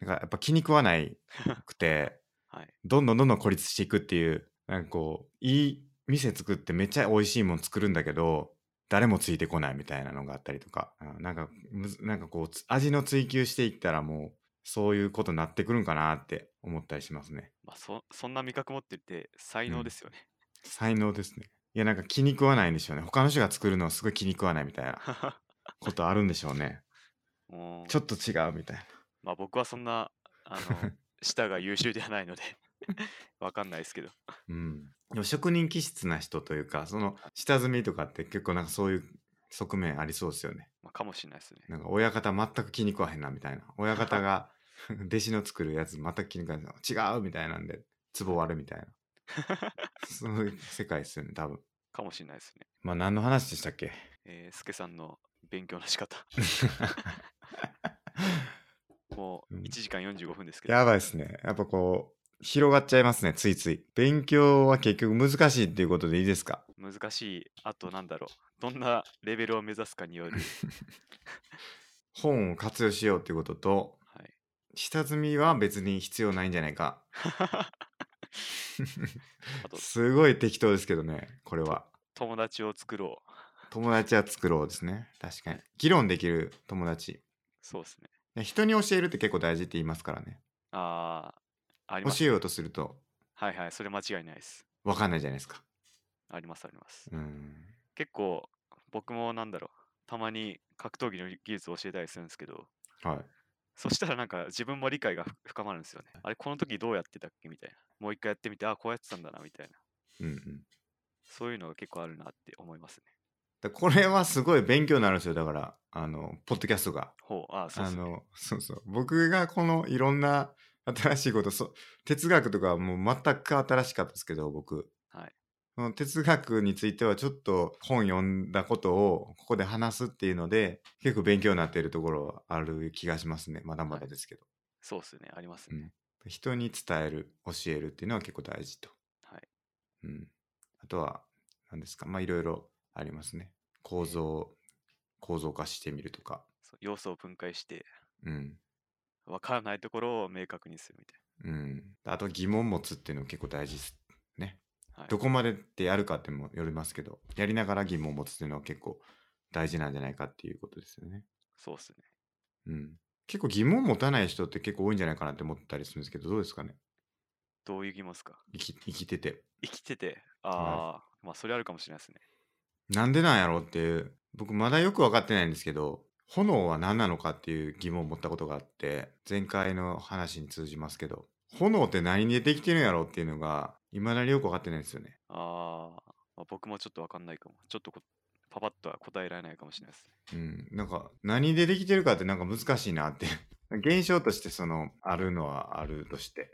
Speaker 1: なんかやっぱ気に食わないくて
Speaker 2: はい
Speaker 1: どんどんどんどん孤立していくっていうなんかこういい店作ってめっちゃ美味しいもん作るんだけど誰もついてこないみたいなのがあったりとかうんなんかむずなんかこうつ味の追求していったらもうそういうことになってくるんかなって思ったりしますね。
Speaker 2: まあ、そそんな味覚持ってて才
Speaker 1: う
Speaker 2: 能
Speaker 1: ん
Speaker 2: ですよね。 *laughs*
Speaker 1: 才能ですね。いや、なんか気に食わないんでしょうね。他の人が作るのはすごい気に食わないみたいなことあるんでしょうね。
Speaker 2: もう
Speaker 1: ちょっと違うみたいな。
Speaker 2: まあ、僕はそんなあの
Speaker 1: *laughs*
Speaker 2: 舌が優秀ではないので *laughs* わかんないですけど。
Speaker 1: うん。でも職人気質な人というか、その下積みとかって結構なんかそういう側面ありそうですよね。
Speaker 2: まあ、かもしれないですね。
Speaker 1: なんか親方全く気に食わへんなみたいな。親方 *laughs* が弟子の作るやつ全く気に食わへんな。違うみたいなんで、壺割るみたい *laughs* な。そういう世界ですよね、多分。
Speaker 2: かもしれないですね。
Speaker 1: まあ何の話でしたっけ
Speaker 2: えー、スケさんの勉強の
Speaker 1: *laughs*
Speaker 2: 仕方。もう
Speaker 1: うん
Speaker 2: 1時間45分ですけど。
Speaker 1: やばいですね。やっぱこう、広がっちゃいますね、ついつい。勉強は結局難しいっていうことでいいですか
Speaker 2: 難しい。あとなんだろう。どんなレベルを目指すか
Speaker 1: *laughs*
Speaker 2: による。
Speaker 1: 本を活用しようっていうことと、
Speaker 2: はい
Speaker 1: 下積みは別に必要ないんじゃないか。
Speaker 2: あと
Speaker 1: すごい適当ですけどね、これは。
Speaker 2: 友達を作ろう。
Speaker 1: 友達は作ろうですね。確かに。議論できる友達。
Speaker 2: そうですね。
Speaker 1: ね人に教えるって結構大事って言いますからね。
Speaker 2: ああ、あり
Speaker 1: 教
Speaker 2: ます。
Speaker 1: えようとすると
Speaker 2: はいはい、それ間違いないです。
Speaker 1: 分かんないじゃないですか。
Speaker 2: ありますあります。
Speaker 1: うん。
Speaker 2: 結構僕もなんだろう。たまに格闘技の技術を教えたりするんですけど、
Speaker 1: はい。
Speaker 2: そしたらなんか自分も理解がふ深まるんですよね。あれ、この時どうやってたっけみたいな。もう一回やってみて、あこうやってたんだなみたいな。
Speaker 1: うん *laughs* うん。
Speaker 2: そういうのが結構あるなって思いますね。
Speaker 1: だこれはすごい勉強になるんですよ。だから、あの、ポッドキャストが。
Speaker 2: ほう、あそう
Speaker 1: あ
Speaker 2: ですね。
Speaker 1: の、そうそう。僕がこのいろんな新しいこと、そ哲学とかはもう全く新しかったですけど、僕。
Speaker 2: はい
Speaker 1: その哲学についてはちょっと本読んだことをここで話すっていうので、結構勉強になっているところはある気がしますね。まだまだですけど。
Speaker 2: そうですね、あります
Speaker 1: う
Speaker 2: ね。
Speaker 1: ん人に伝える、教えるっていうのは結構大事と。
Speaker 2: はい。
Speaker 1: うん。あとは、何ですか。まあいろいろありますね。構造、構造化してみるとか。
Speaker 2: そう要素を分解して、
Speaker 1: うん。
Speaker 2: 分からないところを明確にするみたい
Speaker 1: うん、あと疑問持つっていうの結構大事ですね。
Speaker 2: な。はい、
Speaker 1: どこまでってやるかってもよりますけど、やりながら疑問持つっていうのは結構大事なんじゃないかっていうことですよね。
Speaker 2: そうですね。
Speaker 1: うん、結構疑問持たない人って結構多いんじゃないかなって思ったりするんですけど、どうですかね
Speaker 2: どういう疑問ですか
Speaker 1: 生き生きてて。
Speaker 2: 生きてて、ああ、まあそれあるかもしれないですね。
Speaker 1: なんでなんやろうっていう、僕まだよく分かってないんですけど、炎は何なのかっていう疑問を持ったことがあって、前回の話に通じますけど、炎って何でできてるんやろうっていうのが、未だによく分かってないんですよね。
Speaker 2: あー、まあ、僕もちょっと分かんないかも。ちょっとこパパッとは答えられないかもしれないですね。
Speaker 1: うん、なんか何でできてるかってなんか難しいなって *laughs* 現象としてそのあるのはあるとして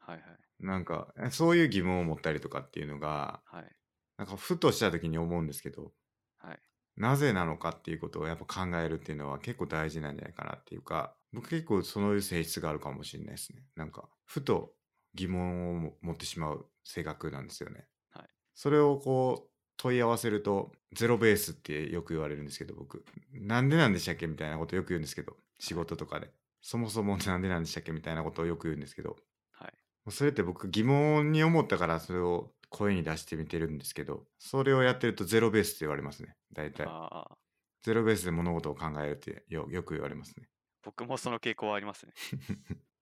Speaker 2: はいはい。
Speaker 1: なんかえそういう疑問を持ったりとかっていうのが
Speaker 2: はい。
Speaker 1: なんかふとした時に思うんですけど、
Speaker 2: はい
Speaker 1: なぜなのかっていうことをやっぱ考えるっていうのは結構大事なんじゃないかなっていうか僕結構そういう性質があるかもしれないですねなんかふと疑問を持ってしまう性格なんですよね、
Speaker 2: はい
Speaker 1: それをこう問い合わせるとゼロベースってよく言われるんですけど僕なんでなんでしたっけみたいなことよく言うんですけど仕事とかでそもそもなんでなんでしたっけみたいなことをよく言うんですけどもうそれって僕疑問に思ったからそれを声に出してみてるんですけどそれをやってるとゼロベースって言われますね大体
Speaker 2: ああ、
Speaker 1: ゼロベースで物事を考えるってよよく言われますね
Speaker 2: 僕もその傾向はありますね。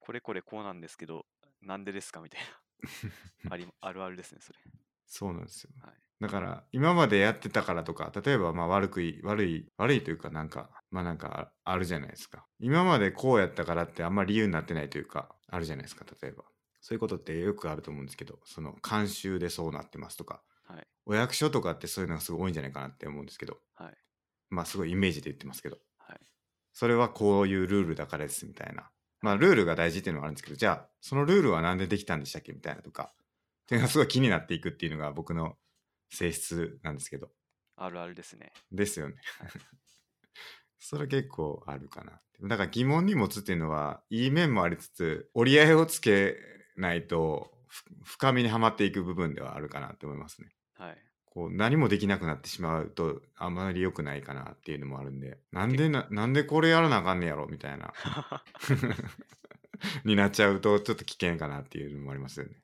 Speaker 2: これこれこうなんですけど、なんでですかみたい *laughs* な。ありあるあるですね、それ。
Speaker 1: そうなんですよ、
Speaker 2: はい
Speaker 1: だから今までやってたからとか例えばまあ悪くい悪い悪いというかなんかまあなんかああるじゃないですか今までこうやったからってあんまり理由になってないというかあるじゃないですか例えばそういうことってよくあると思うんですけどその慣習でそうなってますとか、
Speaker 2: はい
Speaker 1: お役所とかってそういうのがすごい多いんじゃないかなって思うんですけど
Speaker 2: はい。
Speaker 1: まあすごいイメージで言ってますけど、
Speaker 2: はい
Speaker 1: それはこういうルールだからですみたいな。まあルールが大事っていうのはあるんですけど、じゃあそのルールはなんでできたんでしたっけみたいなとか、っていうのがす *laughs* ごい気になっていくっていうのが僕の性質なんですけど、
Speaker 2: あるあるですね。
Speaker 1: ですよね。 *laughs* それ結構あるかな。だから疑問に持つっていうのは、いい面もありつつ、折り合いをつけないとふ深みにはまっていく部分ではあるかなって思いますね。
Speaker 2: はい。
Speaker 1: こう何もできなくなってしまうとあまり良くないかなっていうのもあるんでなんでななんでこれやらなあかんねやろみたいな *laughs* になっちゃうとちょっと危険かなっていうのもありますよね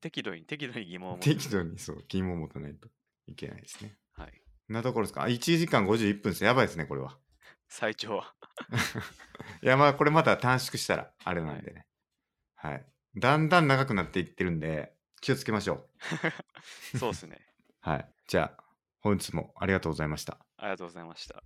Speaker 2: 適度に適度に疑問を持つ
Speaker 1: 適度にそう疑問を持たないといけないですね
Speaker 2: はい。
Speaker 1: なところですかあ1時間51分ですやばいですねこれは
Speaker 2: 最長は。
Speaker 1: いやまあこれまた短縮したらあれなんでね、はい。だんだん長くなっていってるんで、気をつけましょう。
Speaker 2: そうですね。
Speaker 1: はい。じゃあ、本日もありがとうございました。
Speaker 2: ありがとうございました。